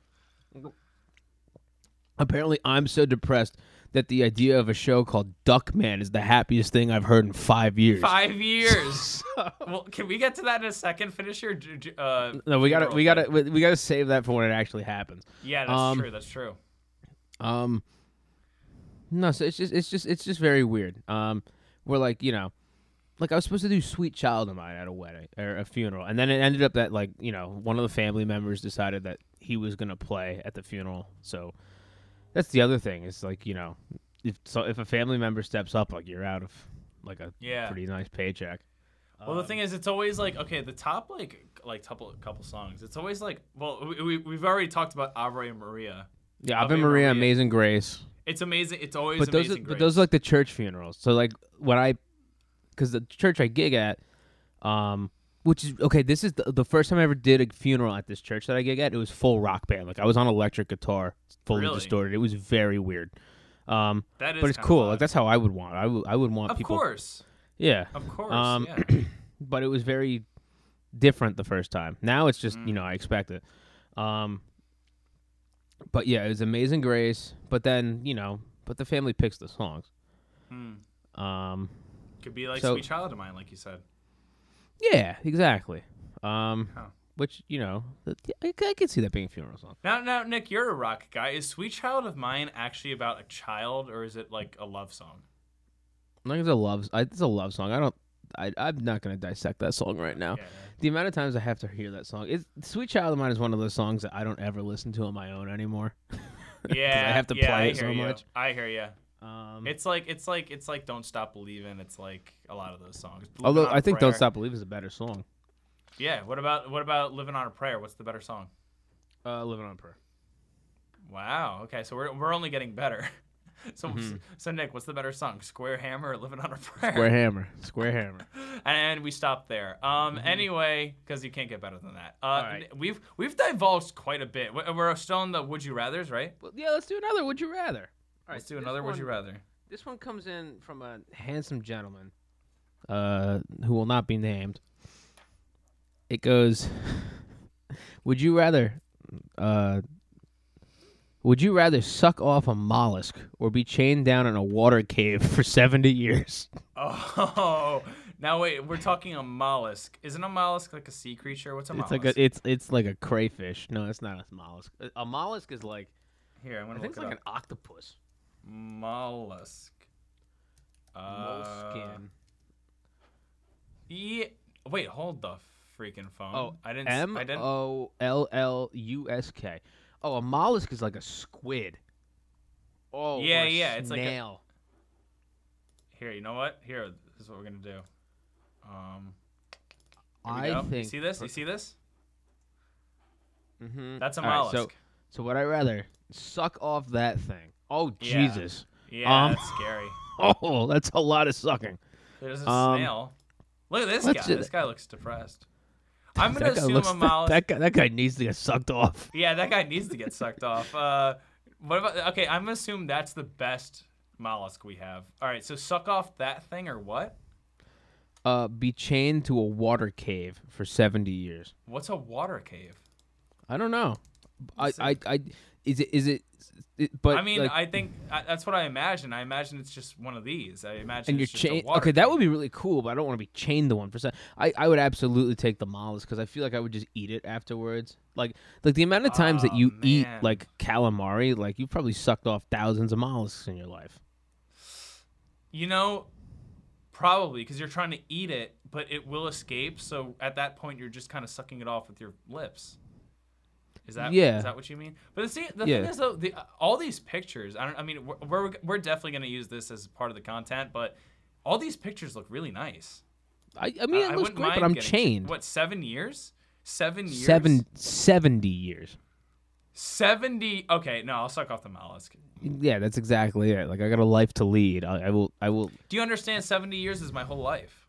Speaker 1: Apparently, I'm so depressed that the idea of a show called Duckman is the happiest thing I've heard in five years.
Speaker 3: Five years. well, can we get to that in a second? Finish your. ju- ju- Uh,
Speaker 1: No, we gotta
Speaker 3: funeral
Speaker 1: we
Speaker 3: thing.
Speaker 1: gotta we, we gotta save that for when it actually happens.
Speaker 3: Yeah, that's
Speaker 1: um,
Speaker 3: true. That's true.
Speaker 1: Um, no, so it's just it's just it's just very weird. Um, we're like you know, like I was supposed to do "Sweet Child of Mine" at a wedding or a funeral, and then it ended up that like you know one of the family members decided that he was gonna play at the funeral. So that's the other thing. It's like you know if so if a family member steps up, like you're out of like a
Speaker 3: Yeah.
Speaker 1: pretty nice paycheck.
Speaker 3: Well, the thing is, it's always like okay, the top like like couple couple songs. It's always like well, we, we we've already talked about Ave Maria.
Speaker 1: Yeah, Ave
Speaker 3: Ave
Speaker 1: Maria,
Speaker 3: Maria.
Speaker 1: Amazing Grace.
Speaker 3: It's amazing. It's always
Speaker 1: but those are,
Speaker 3: amazing.
Speaker 1: but those are
Speaker 3: Grace.
Speaker 1: like the church funerals. So like when I, because the church I gig at, um, which is okay. This is the, the first time I ever did a funeral at this church that I gig at. It was full rock band. Like I was on electric guitar, fully
Speaker 3: Really?
Speaker 1: distorted. It was very weird. Um,
Speaker 3: That is
Speaker 1: but it's
Speaker 3: kinda
Speaker 1: cool.
Speaker 3: wild.
Speaker 1: Like that's how I would want. I would I would want
Speaker 3: of
Speaker 1: people.
Speaker 3: course,
Speaker 1: Yeah.
Speaker 3: of course.
Speaker 1: Um,
Speaker 3: yeah.
Speaker 1: but it was very different the first time. Now it's just
Speaker 3: Mm.
Speaker 1: you know I expect it. Um, but yeah, it was Amazing Grace. But then you know, but the family picks the songs. Um,
Speaker 3: Hmm, Could be like
Speaker 1: so-
Speaker 3: Sweet Child of Mine, like you said.
Speaker 1: yeah, exactly. Um,
Speaker 3: Huh.
Speaker 1: which you know, th- I, I could see that being a funeral song.
Speaker 3: Now, now, Nick, you're a rock guy. Is Sweet Child of Mine actually about a child, or is it like a love song?
Speaker 1: I think it's a love. I, it's a love song. I don't. I, I'm not gonna dissect that song right now.
Speaker 3: Yeah.
Speaker 1: The amount of times I have to hear that song, it's "Sweet Child of Mine" is one of those songs that I don't ever listen to on my own anymore.
Speaker 3: Yeah,
Speaker 1: have to
Speaker 3: yeah,
Speaker 1: play
Speaker 3: I
Speaker 1: it so
Speaker 3: hear you.
Speaker 1: much.
Speaker 3: I hear you.
Speaker 1: Um,
Speaker 3: It's like it's like it's like Don't Stop Believing. It's like a lot of those songs. Living
Speaker 1: although
Speaker 3: on
Speaker 1: I
Speaker 3: a
Speaker 1: think "Don't
Speaker 3: Prayer.
Speaker 1: Stop Believing" is a better song.
Speaker 3: Yeah. What about what about Living on a Prayer? What's the better song?
Speaker 1: Uh, living on prayer.
Speaker 3: Wow. Okay. So we're we're only getting better. So
Speaker 1: Mm-hmm.
Speaker 3: so Nick, what's the better song? Square Hammer or Living on a Prayer?
Speaker 1: Square hammer. Square hammer.
Speaker 3: and we stopped there. Um, anyway, because you can't get better than that. Uh,
Speaker 1: Mm-hmm. right.
Speaker 3: n- we've we've divulged quite a bit. We- We're still on the Would You Rather's, right?
Speaker 1: Well, yeah, let's do another. Would you rather? All
Speaker 3: Let's do another Would You Rather.
Speaker 1: This one comes in from a handsome gentleman, uh, who will not be named. It goes. would you rather, uh, would you rather suck off a mollusk or be chained down in a water cave for seventy years?
Speaker 3: Oh, now wait. We're talking a mollusk. Isn't a mollusk like a sea creature? What's a
Speaker 1: It's
Speaker 3: mollusk?
Speaker 1: like a, it's it's like a crayfish. No, it's not a mollusk. A, a mollusk is like
Speaker 3: Here, I'm
Speaker 1: I
Speaker 3: gonna
Speaker 1: think it's
Speaker 3: look it
Speaker 1: like an
Speaker 3: up.
Speaker 1: octopus.
Speaker 3: mollusk. Uh,
Speaker 1: Moleskin.
Speaker 3: Yeah. Wait, hold the freaking phone.
Speaker 1: Oh,
Speaker 3: I didn't. s-
Speaker 1: M
Speaker 3: I didn't.
Speaker 1: O L L U S K. Oh, a mollusk is like a squid. Oh,
Speaker 3: Yeah,
Speaker 1: or
Speaker 3: yeah, it's like a-
Speaker 1: snail.
Speaker 3: Here, you know what? Here, this is what we're gonna do. Um, here we
Speaker 1: I
Speaker 3: go.
Speaker 1: think.
Speaker 3: You see this? You see this?
Speaker 1: Mhm.
Speaker 3: That's a
Speaker 1: All right,
Speaker 3: mollusk.
Speaker 1: so- so, what I rather suck off that thing. Oh
Speaker 3: Yeah.
Speaker 1: Jesus!
Speaker 3: yeah,
Speaker 1: um,
Speaker 3: that's scary.
Speaker 1: Oh, that's a lot of sucking.
Speaker 3: There's a
Speaker 1: um,
Speaker 3: snail. Look at this
Speaker 1: let's
Speaker 3: guy.
Speaker 1: do
Speaker 3: This
Speaker 1: that.
Speaker 3: guy looks depressed. I'm gonna
Speaker 1: that guy
Speaker 3: assume
Speaker 1: looks-
Speaker 3: a mollusk.
Speaker 1: That guy, that guy needs to get sucked off.
Speaker 3: Yeah, that guy needs to get sucked off. Uh, what about? Okay, I'm gonna assume that's the best mollusk we have. All right, so suck off that thing or what?
Speaker 1: Uh, be chained to a water cave for seventy years.
Speaker 3: What's a water cave?
Speaker 1: I don't know. I, I, I, is it, is it? it- but
Speaker 3: I mean,
Speaker 1: like,
Speaker 3: I think I, that's what I imagine. I imagine it's just one of these. I imagine
Speaker 1: and you're
Speaker 3: it's just a
Speaker 1: chained.
Speaker 3: water
Speaker 1: Okay, that
Speaker 3: cave.
Speaker 1: would be really cool, but I don't want to be chained to one for se- I I would absolutely take the mollusk because I feel like I would just eat it afterwards. Like like the amount of times that
Speaker 3: Oh,
Speaker 1: you eat
Speaker 3: man.
Speaker 1: like calamari, like you probably sucked off thousands of mollusks in your life.
Speaker 3: You know, probably because you're trying to eat it, but it will escape. So at that point, you're just kind of sucking it off with your lips. Is that
Speaker 1: Yeah.
Speaker 3: Is that what you mean? But see, the
Speaker 1: Yeah.
Speaker 3: thing is though, the, uh, all these pictures. I don't. I mean, we're we're, we're definitely going to use this as part of the content, but all these pictures look really nice.
Speaker 1: I I mean, it
Speaker 3: I
Speaker 1: looks
Speaker 3: wouldn't
Speaker 1: great, but
Speaker 3: mind
Speaker 1: I'm
Speaker 3: getting-
Speaker 1: chained.
Speaker 3: What seven years? Seven years.
Speaker 1: Seven seventy years.
Speaker 3: 70 Okay, no, I'll suck off the mollusk.
Speaker 1: Yeah, that's exactly it. Like I got a life to lead. I, I will. I will.
Speaker 3: Do you understand? Seventy years is my whole life.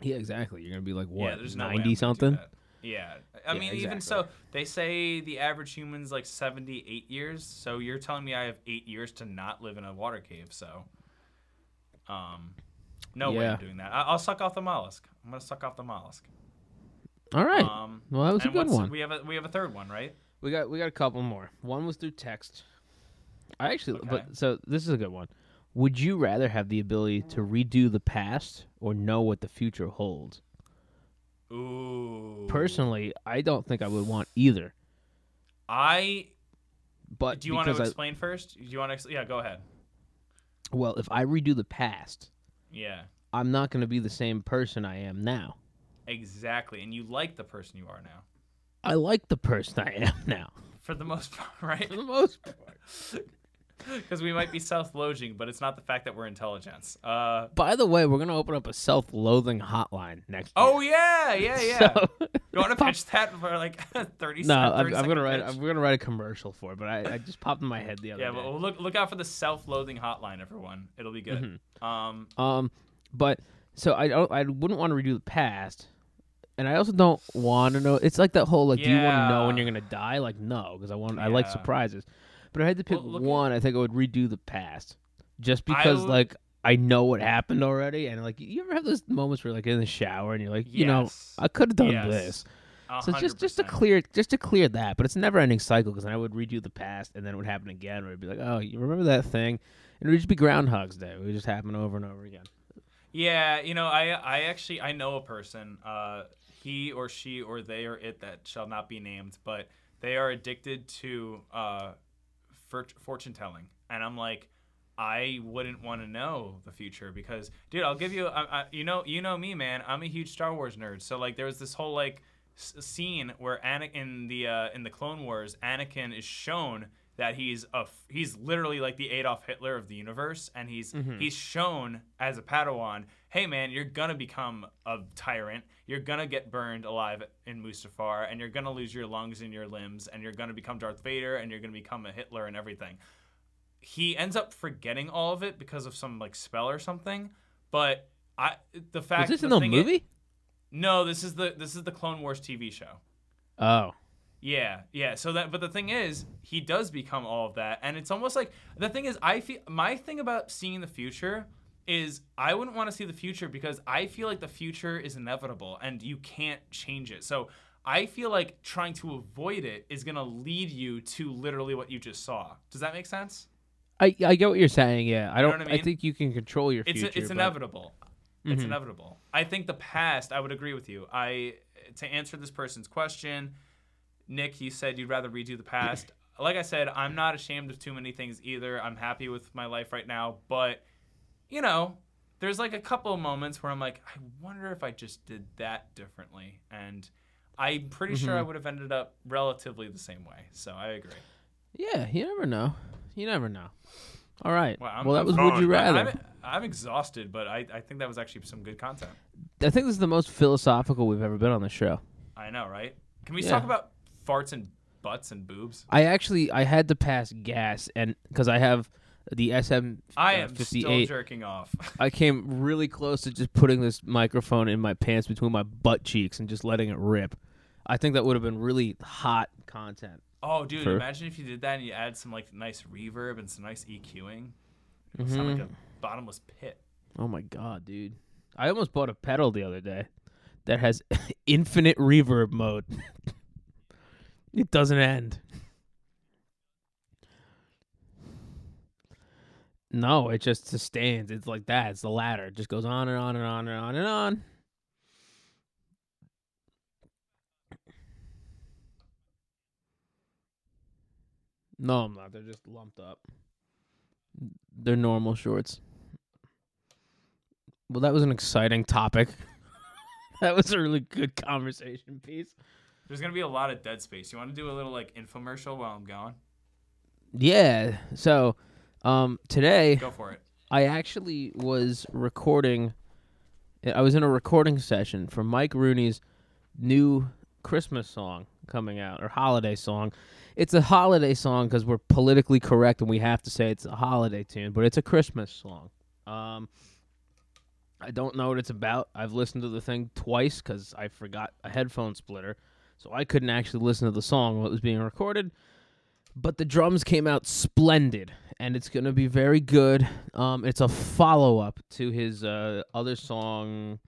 Speaker 1: Yeah, exactly. You're gonna be like
Speaker 3: yeah,
Speaker 1: what
Speaker 3: there's no way I'm
Speaker 1: ninety
Speaker 3: gonna do
Speaker 1: something.
Speaker 3: that. Yeah, I
Speaker 1: Yeah,
Speaker 3: mean, even
Speaker 1: exactly.
Speaker 3: so, they say the average human's like seventy-eight years. So you're telling me I have eight years to not live in a water cave? So, um, no way
Speaker 1: Yeah.
Speaker 3: I'm doing that. I- I'll suck off the mollusk. I'm gonna suck off the mollusk.
Speaker 1: All right.
Speaker 3: Um,
Speaker 1: well, that was a
Speaker 3: and
Speaker 1: good
Speaker 3: what's-
Speaker 1: one.
Speaker 3: We have a we have a third one, right?
Speaker 1: We got we got a couple more. One was through text. I actually,
Speaker 3: Okay.
Speaker 1: but so this is a good one. Would you rather have the ability to redo the past or know what the future holds?
Speaker 3: Ooh,
Speaker 1: Personally, I don't think I would want either.
Speaker 3: I
Speaker 1: But
Speaker 3: do you want
Speaker 1: uh, because
Speaker 3: to
Speaker 1: I,
Speaker 3: explain first? Do you want to? Ex- yeah, go ahead.
Speaker 1: well, if I redo the past,
Speaker 3: Yeah.
Speaker 1: I'm not going to be the same person I am now.
Speaker 3: Exactly. And you like the person you are now.
Speaker 1: I like the person I am now.
Speaker 3: For the most part, right?
Speaker 1: For the most part.
Speaker 3: Because we might be self loathing, but it's not the fact that we're intelligence. Uh,
Speaker 1: By the way, we're going to open up a self loathing hotline next
Speaker 3: oh, yeah, yeah,
Speaker 1: year.
Speaker 3: yeah.
Speaker 1: So,
Speaker 3: you want to pitch that for like 30
Speaker 1: no,
Speaker 3: sec- 30
Speaker 1: I'm, I'm
Speaker 3: second
Speaker 1: going to write
Speaker 3: pitch?
Speaker 1: I'm going to write a commercial for it, but I, I just popped in my head the other
Speaker 3: Yeah,
Speaker 1: day.
Speaker 3: well, look look out for the self-loathing hotline, everyone. It'll be good. Um,
Speaker 1: Um, but so I don't, I wouldn't want to redo the past, and I also don't want to know. It's like that whole like, do you want to know when
Speaker 3: Yeah.
Speaker 1: you're gonna die? Like, no, because I want I like
Speaker 3: Yeah.
Speaker 1: surprises. But if I had to pick
Speaker 3: Well, look at-
Speaker 1: one. I think I would redo the past, just because
Speaker 3: would-
Speaker 1: like I know what happened already, and like you ever have those moments where like in the shower and you're like, you know,
Speaker 3: Yes.
Speaker 1: I could have done
Speaker 3: Yes.
Speaker 1: this.
Speaker 3: a
Speaker 1: So just just to
Speaker 3: 100%.
Speaker 1: clear just to clear that, but it's a never ending cycle because I would redo the past and then it would happen again. Where it'd be like, oh, you remember that thing? And it would just be Groundhog's Day. It would just happen over and over again.
Speaker 3: Yeah, you know, I I actually I know a person, uh, he or she or they or it that shall not be named, but they are addicted to uh, for- fortune telling, and I'm like, I wouldn't want to know the future because, dude, I'll give you, I, I, you know, you know me, man. I'm a huge Star Wars nerd, so like there was this whole like s- scene where Anakin in the uh, in the Clone Wars, Anakin is shown that he's a f- he's literally like the Adolf Hitler of the universe, and he's he's shown as a Padawan. Hey man, you're gonna become a tyrant. You're gonna get burned alive in Mustafar, and you're gonna lose your lungs and your limbs, and you're gonna become Darth Vader, and you're gonna become a Hitler and everything he ends up forgetting all of it because of some like spell or something. But I the
Speaker 1: Was
Speaker 3: fact
Speaker 1: this in
Speaker 3: the
Speaker 1: the
Speaker 3: thing i-
Speaker 1: movie?
Speaker 3: no, this is the this is the Clone Wars TV show.
Speaker 1: oh,
Speaker 3: Yeah, yeah. So that, but the thing is, he does become all of that, and it's almost like the thing is, I feel my thing about seeing the future is I wouldn't want to see the future because I feel like the future is inevitable and you can't change it. So I feel like trying to avoid it is gonna lead you to literally what you just saw. Does that make sense?
Speaker 1: I I get what you're saying. Yeah, I don't.
Speaker 3: what I
Speaker 1: I,
Speaker 3: mean?
Speaker 1: think you can control your
Speaker 3: it's
Speaker 1: future.
Speaker 3: it's
Speaker 1: but- Mm-hmm.
Speaker 3: inevitable. It's inevitable. I think the past. I would agree with you. I to answer this person's question, Nick, you said you'd rather redo the past. like I said, I'm not ashamed of too many things either. I'm happy with my life right now, but you know, there's like a couple of moments where I'm like, I wonder if I just did that differently, and I'm pretty sure I
Speaker 1: Mm-hmm.
Speaker 3: would have ended up relatively the same way. So I agree.
Speaker 1: Yeah, you never know. You never know. All right.
Speaker 3: Wow,
Speaker 1: Well,
Speaker 3: I'm-
Speaker 1: that
Speaker 3: I'm
Speaker 1: was Would
Speaker 3: going.
Speaker 1: You
Speaker 3: I-
Speaker 1: Rather.
Speaker 3: I'm, I'm exhausted, but I, I think that was actually some good content.
Speaker 1: I think this is the most philosophical we've ever been on the show.
Speaker 3: I know, right? Can we
Speaker 1: Yeah.
Speaker 3: talk about farts and butts and boobs?
Speaker 1: I actually I had to pass gas and because I have the SM.
Speaker 3: I
Speaker 1: uh,
Speaker 3: am
Speaker 1: 58.
Speaker 3: still jerking off.
Speaker 1: I came really close to just putting this microphone in my pants between my butt cheeks and just letting it rip. I think that would have been really hot content.
Speaker 3: Oh, dude,
Speaker 1: Sure.
Speaker 3: imagine if you did that and you add some like nice reverb and some nice EQing. It would
Speaker 1: Mm-hmm.
Speaker 3: sound like a bottomless pit.
Speaker 1: Oh my god, dude! I almost bought a pedal the other day that has infinite reverb mode. it doesn't end. No, it just sustains. It's like that. It's the ladder. It just goes on and on and on and on and on. No, I'm not. They're just lumped up. They're normal shorts. Well, that was an exciting topic. that was a really good conversation piece.
Speaker 3: There's gonna be a lot of dead space. You want to do a little like infomercial while I'm gone?
Speaker 1: Yeah. So, um, today
Speaker 3: Go for it.
Speaker 1: I actually was recording. I was in a recording session for Mike Rooney's new Christmas song coming out or holiday song. It's a holiday song because we're politically correct and we have to say it's a holiday tune, but it's a Christmas song. Um, I don't know what it's about. I've listened to the thing twice because I forgot a headphone splitter, so I couldn't actually listen to the song while it was being recorded. But the drums came out splendid, and it's gonna be very good. Um, it's a follow up to his uh, other song.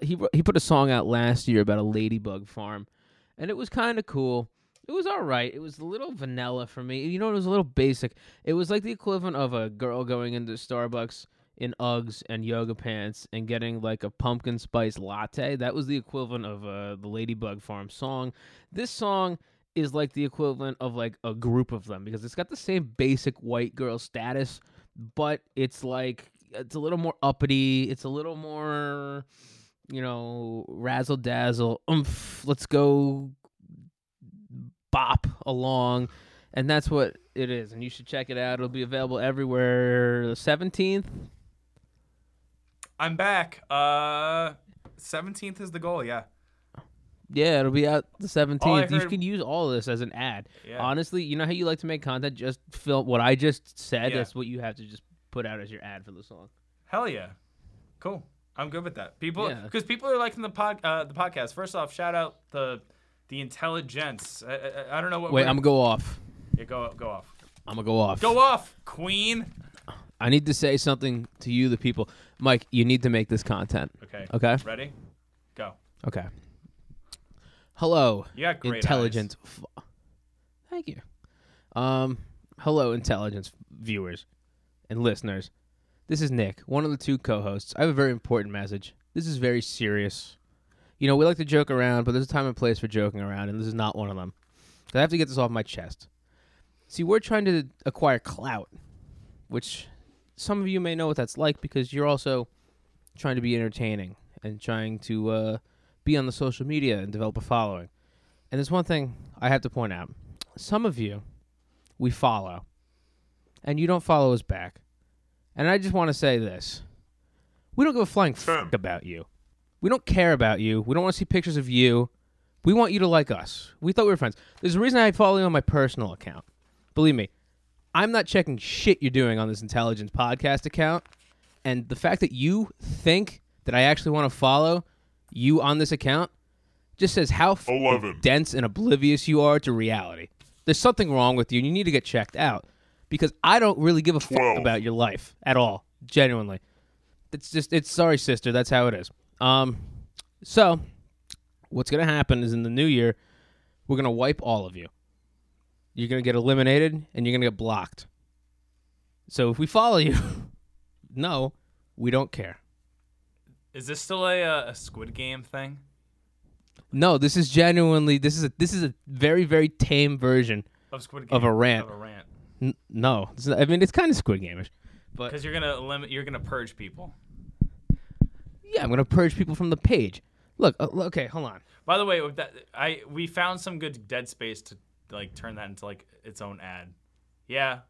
Speaker 1: He wr- he put a song out last year about a ladybug farm, and it was kind of cool. It was all right. It was a little vanilla for me. You know, it was a little basic. It was like the equivalent of a girl going into Starbucks in Uggs and yoga pants and getting like a pumpkin spice latte. That was the equivalent of uh, the Ladybug Farm song. This song is like the equivalent of like a group of them because it's got the same basic white girl status, but it's like it's a little more uppity. It's a little more, you know, razzle dazzle. Oomph, let's go bop along. And that's what it is. And you should check it out. It'll be available everywhere the 17th.
Speaker 3: I'm back. Uh, seventeenth is the goal. Yeah.
Speaker 1: Yeah, it'll be out the 17th. You
Speaker 3: heard-
Speaker 1: can use all of this as an ad.
Speaker 3: Yeah.
Speaker 1: Honestly, you know how you like to make content? Just film what I just said.
Speaker 3: Yeah.
Speaker 1: That's what you have to just put out as your ad for the song.
Speaker 3: Hell yeah. Cool. I'm good with that. People,
Speaker 1: Yeah.
Speaker 3: because people are liking the pod, uh, the podcast. First off, shout out the the intelligence. I, I, I don't know what.
Speaker 1: Wait,
Speaker 3: we're-
Speaker 1: I'm going to go off.
Speaker 3: yeah, go go off.
Speaker 1: I'm going to go off.
Speaker 3: Go off, Queen.
Speaker 1: I need to say something to you, the people. Mike, you need to make this content.
Speaker 3: Okay.
Speaker 1: Okay.
Speaker 3: Ready? Go.
Speaker 1: Okay. Hello,
Speaker 3: You got great
Speaker 1: intelligent. f- Thank you. Um, hello, intelligence viewers and listeners. This is Nick, one of the two co-hosts. I have a very important message. This is very serious. You know, we like to joke around, but there's a time and place for joking around, and this is not one of them. 'Cause I have to get this off my chest. See, we're trying to acquire clout, which some of you may know what that's like because you're also trying to be entertaining and trying to uh, be on the social media and develop a following. And there's one thing I have to point out. Some of you we follow, and you don't follow us back. And I just want to say this we don't give a flying fuck about you. We don't care about you. We don't want to see pictures of you. We want you to like us. We thought we were friends. There's a reason I follow you on my personal account. Believe me, I'm not checking shit you're doing on this intelligence podcast account. And the fact that you think that I actually want to follow you on this account just says how f- dense and oblivious you are to reality. There's something wrong with you, and you need to get checked out because I don't really give a fuck about your life at all, genuinely. It's just, it's sorry, sister. That's how it is. Um, so what's gonna happen is in the new year, we're gonna wipe all of you. You're gonna get eliminated, and you're gonna get blocked. So if we follow you, no, we don't care.
Speaker 3: Is this still a, uh, a Squid Game thing?
Speaker 1: No, this is genuinely this is a this is a very very tame version
Speaker 3: Of Squid Game.
Speaker 1: Of a rant.
Speaker 3: Of a rant.
Speaker 1: N- no, it's not- I mean it's kind of Squid Gameish.
Speaker 3: Because you're gonna limit. You're gonna purge people.
Speaker 1: Yeah, I'm gonna purge people from the page. Look, uh, okay, hold on.
Speaker 3: By the way, with that I we found some good dead space to like turn that into like its own ad. Yeah,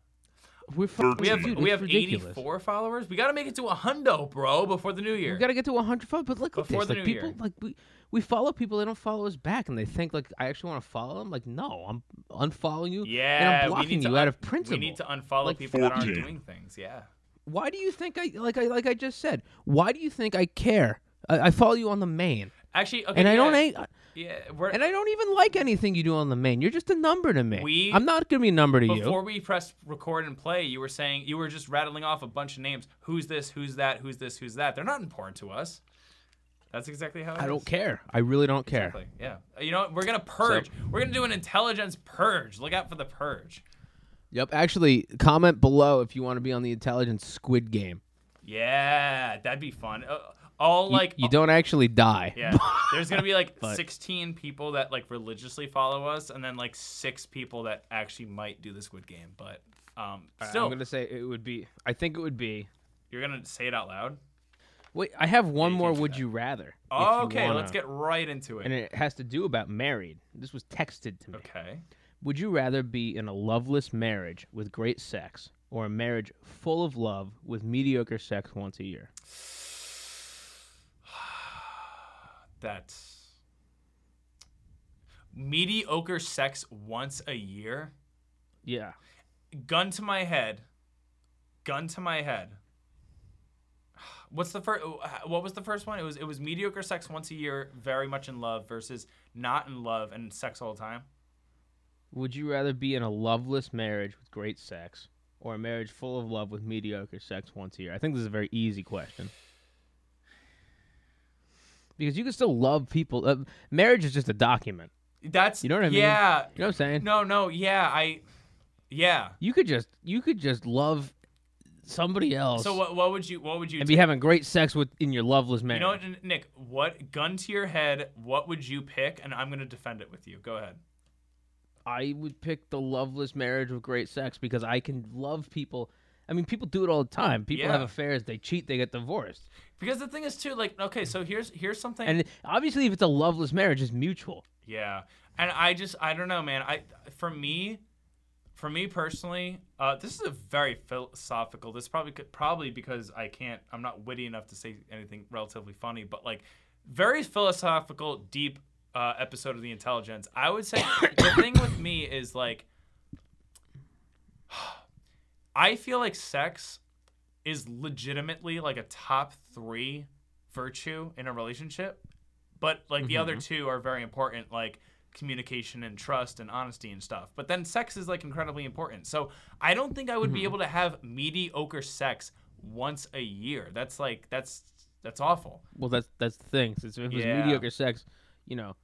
Speaker 1: We're fu-
Speaker 3: we have
Speaker 1: dude,
Speaker 3: we
Speaker 1: it's
Speaker 3: have eighty
Speaker 1: ridiculous.
Speaker 3: four followers. We got to make it to a hundo, bro, before the new year.
Speaker 1: We gotta get to 100 followers. But look at
Speaker 3: Before
Speaker 1: this,
Speaker 3: the
Speaker 1: like
Speaker 3: new
Speaker 1: people,
Speaker 3: year.
Speaker 1: like we we follow people, they don't follow us back, and they think like I actually want to follow them. Like no, I'm unfollowing you. and
Speaker 3: yeah,
Speaker 1: I'm blocking
Speaker 3: we need to
Speaker 1: you
Speaker 3: un-
Speaker 1: out of principle.
Speaker 3: We need to unfollow
Speaker 1: Like
Speaker 3: people that aren't doing things. Yeah,
Speaker 1: Why do you think I like I like I just said? Why do you think I care? I, I follow you on the main,
Speaker 3: actually, okay,
Speaker 1: and I
Speaker 3: yeah,
Speaker 1: don't hate,
Speaker 3: Yeah, we're,
Speaker 1: and I don't even like anything you do on the main. You're just a number to me.
Speaker 3: We-
Speaker 1: I'm not gonna be a number to you.
Speaker 3: before we pressed record and play, you were saying you were just rattling off a bunch of names. Who's this? Who's that? Who's this? Who's that? They're not important to us. That's exactly how it
Speaker 1: I
Speaker 3: is.
Speaker 1: don't care. I really don't care.
Speaker 3: Exactly. Yeah. You know, what? we're gonna purge. we're gonna do an intelligence purge. Look out for the purge.
Speaker 1: Yep. Actually, comment below if you want to be on the intelligence Squid Game.
Speaker 3: Yeah, that'd be fun. Uh, all
Speaker 1: You-
Speaker 3: like oh,
Speaker 1: you don't actually die.
Speaker 3: Yeah. There's gonna be like
Speaker 1: But-
Speaker 3: 16 people that like religiously follow us, and then like six people that actually might do the Squid Game. But um, still,
Speaker 1: I'm gonna say it would be. I think it would be.
Speaker 3: you're gonna say it out loud.
Speaker 1: Wait, I have one
Speaker 3: you
Speaker 1: more.
Speaker 3: can do
Speaker 1: Would
Speaker 3: that.
Speaker 1: you rather? if you
Speaker 3: Okay,
Speaker 1: wanna.
Speaker 3: let's get right into it.
Speaker 1: And it has to do about married. This was texted to me.
Speaker 3: okay.
Speaker 1: Would you rather be in a loveless marriage with great sex, or a marriage full of love with mediocre sex once a year?
Speaker 3: That's mediocre sex once a year.
Speaker 1: Yeah.
Speaker 3: Gun to my head. Gun to my head. What's the first? What was the first one? It was it was mediocre sex once a year, very much in love versus not in love and sex all the time.
Speaker 1: Would you rather be in a loveless marriage with great sex, or a marriage full of love with mediocre sex once a year? I think this is a very easy question. Because you can still love people. Uh, marriage is just a document.
Speaker 3: That's
Speaker 1: You know what I mean?
Speaker 3: Yeah.
Speaker 1: You know what I'm saying?
Speaker 3: No, no, yeah, I, yeah.
Speaker 1: You could just you could just love somebody else
Speaker 3: So what, what would you what would you
Speaker 1: and
Speaker 3: do?
Speaker 1: be having great sex with in your loveless
Speaker 3: you
Speaker 1: marriage.
Speaker 3: know what, N- Nick? What gun to your head? What would you pick? And I'm gonna defend it with you. Go ahead.
Speaker 1: I would pick the loveless marriage with great sex because I can love people I mean, people do it all the time. People
Speaker 3: Yeah.
Speaker 1: have affairs. They cheat. They get divorced.
Speaker 3: Because the thing is too, like, okay, so here's here's something.
Speaker 1: And obviously, if it's a loveless marriage, it's mutual.
Speaker 3: yeah, and I just I don't know, man. I for me, for me personally, uh, this is a very philosophical. This probably could, probably because I can't. I'm not witty enough to say anything relatively funny, but like very philosophical, deep uh, episode of the intelligence. I would say the thing with me is like, I feel like sex is legitimately like a top three virtue in a relationship, but like the other two are very important, like communication and trust and honesty and stuff. But then sex is like incredibly important. So I don't think I would be able to have mediocre sex once a year. That's like that's that's awful.
Speaker 1: Well, that's that's the thing. Since if it was
Speaker 3: Yeah.
Speaker 1: mediocre sex, you know,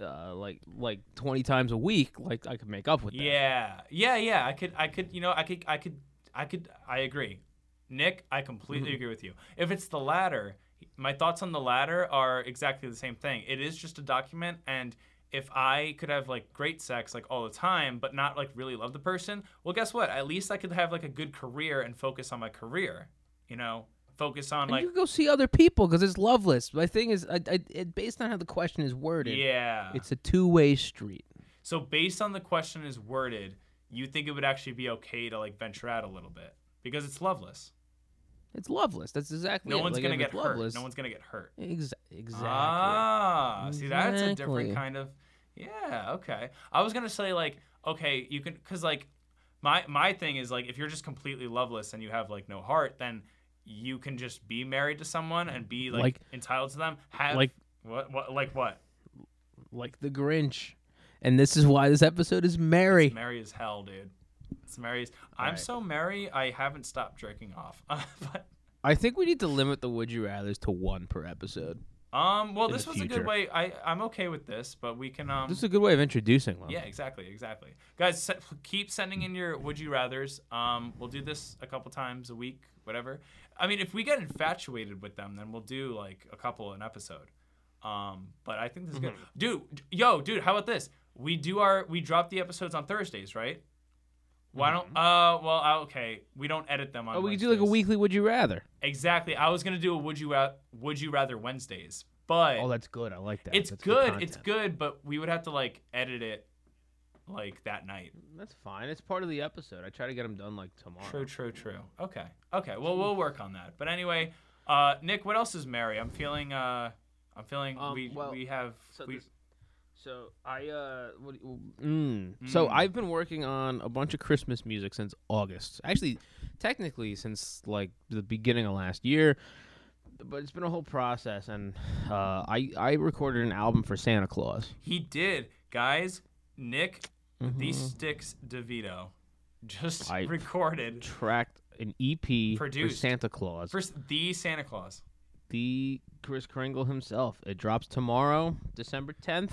Speaker 1: uh, like like twenty times a week, like I could make up with that.
Speaker 3: Yeah, yeah, yeah. I could, I could, you know, I could, I could, I could. I agree, Nick. I
Speaker 1: Mm-hmm.
Speaker 3: completely agree with you. If it's the latter, my thoughts on the latter are exactly the same thing. It is just a document, and if I could have like great sex like all the time, but not like really love the person, well, guess what? At least I could have like a good career and focus on my career. You know, focus on
Speaker 1: And
Speaker 3: like
Speaker 1: you could go see other people because it's loveless. My thing is, I, I, it, based on how the question is worded,
Speaker 3: yeah.
Speaker 1: it's a two-way street.
Speaker 3: So based on the question is worded, you think it would actually be okay to like venture out a little bit because it's loveless.
Speaker 1: It's loveless. That's exactly.
Speaker 3: No
Speaker 1: it.
Speaker 3: one's
Speaker 1: Like,
Speaker 3: gonna
Speaker 1: if
Speaker 3: get
Speaker 1: it's
Speaker 3: hurt.
Speaker 1: loveless,
Speaker 3: No one's gonna get hurt.
Speaker 1: Exa- exactly.
Speaker 3: Ah, see, that's a different
Speaker 1: Exactly.
Speaker 3: kind of. Yeah. Okay. I was gonna say like, okay, you can, cause like, my my thing is like, if you're just completely loveless and you have like no heart, then you can just be married to someone and be like,
Speaker 1: Like-
Speaker 3: entitled to them. Have
Speaker 1: like-
Speaker 3: what what like what?
Speaker 1: like the Grinch, and this is why this episode is merry.
Speaker 3: Merry as hell, dude. It's merry as. I'm so merry. I haven't stopped jerking off. but
Speaker 1: I think we need to limit the would you rather's to one per episode.
Speaker 3: um, well,
Speaker 1: In
Speaker 3: this
Speaker 1: the
Speaker 3: was a
Speaker 1: future.
Speaker 3: good way. I I'm okay with this, but we can um.
Speaker 1: This is a good way of introducing one.
Speaker 3: Yeah, exactly, exactly. Guys, se- keep sending in your would you rather's. Um, we'll do this a couple times a week, whatever. I mean, if we get infatuated with them, then we'll do like a couple an episode. Um, but I think this is good.
Speaker 1: Mm-hmm.
Speaker 3: Dude, d- yo, dude, how about this? We do our we drop the episodes on Thursdays, right? Why don't uh well I- okay we don't edit them on.
Speaker 1: Mm-hmm. Oh, we could do like a
Speaker 3: Wednesdays.
Speaker 1: weekly would you rather.
Speaker 3: Exactly. I was gonna do a would you ra- would you rather Wednesdays, but
Speaker 1: Oh, that's good. I like that.
Speaker 3: it's
Speaker 1: That's
Speaker 3: good. it's
Speaker 1: content.
Speaker 3: good, but we would have to like edit it like that night.
Speaker 1: That's fine. It's part of the episode. I try to get them done like tomorrow.
Speaker 3: True, true, true. Okay. Okay. Well, we'll work on that. But anyway, uh, Nick, what else is Mary? I'm feeling. Uh, I'm feeling
Speaker 1: Um,
Speaker 3: we
Speaker 1: well,
Speaker 3: we have.
Speaker 1: So,
Speaker 3: we,
Speaker 1: this- so I uh, what, do you- mm. so I've been working on a bunch of Christmas music since August. Actually, technically since like the beginning of last year, but it's been a whole process. And uh, I I recorded an album for Santa Claus.
Speaker 3: he did, guys. Nick, the sticks DeVito, just
Speaker 1: Mm-hmm. I-
Speaker 3: recorded
Speaker 1: Tracked an EP for
Speaker 3: Produced.
Speaker 1: Santa Claus.
Speaker 3: first the Santa Claus.
Speaker 1: the Chris Kringle himself. It drops tomorrow, December 10th.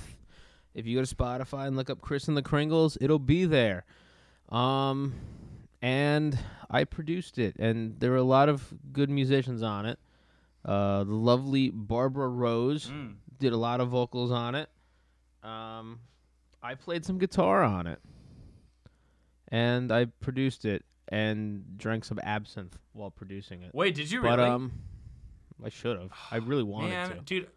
Speaker 1: If you go to Spotify and look up Chris and the Kringles, it'll be there. Um, and I produced it, and there were a lot of good musicians on it. Uh, the lovely Barbara Rose
Speaker 3: Mm.
Speaker 1: did a lot of vocals on it. Um, I played some guitar on it, and I produced it and drank some absinthe while producing it.
Speaker 3: Wait, did you really?
Speaker 1: But um, I should have. I really wanted
Speaker 3: Man,
Speaker 1: to.
Speaker 3: dude,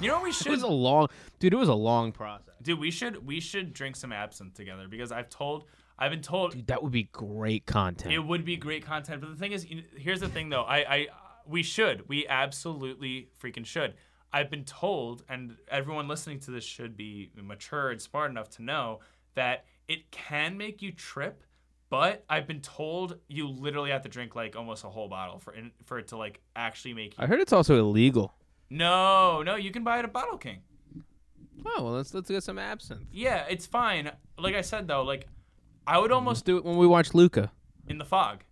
Speaker 3: you know what we
Speaker 1: It was
Speaker 3: should
Speaker 1: a long, dude. It was a long process.
Speaker 3: dude. We should we should drink some absinthe together because I've told I've been told
Speaker 1: Dude, that would be great content.
Speaker 3: It would be great content, but the thing is, you- here's the thing though. I, I, we should, we absolutely freaking should. I've been told, and everyone listening to this should be mature and smart enough to know that it can make you trip. But I've been told you literally have to drink like almost a whole bottle for in, for it to like actually make you.
Speaker 1: I heard it's also illegal.
Speaker 3: No, no, you can buy it at Bottle King.
Speaker 1: Oh well, let's let's get some absinthe.
Speaker 3: Yeah, it's fine. Like I said though, like I would
Speaker 1: Let's
Speaker 3: almost
Speaker 1: do it when we watch Luca.
Speaker 3: in the fog.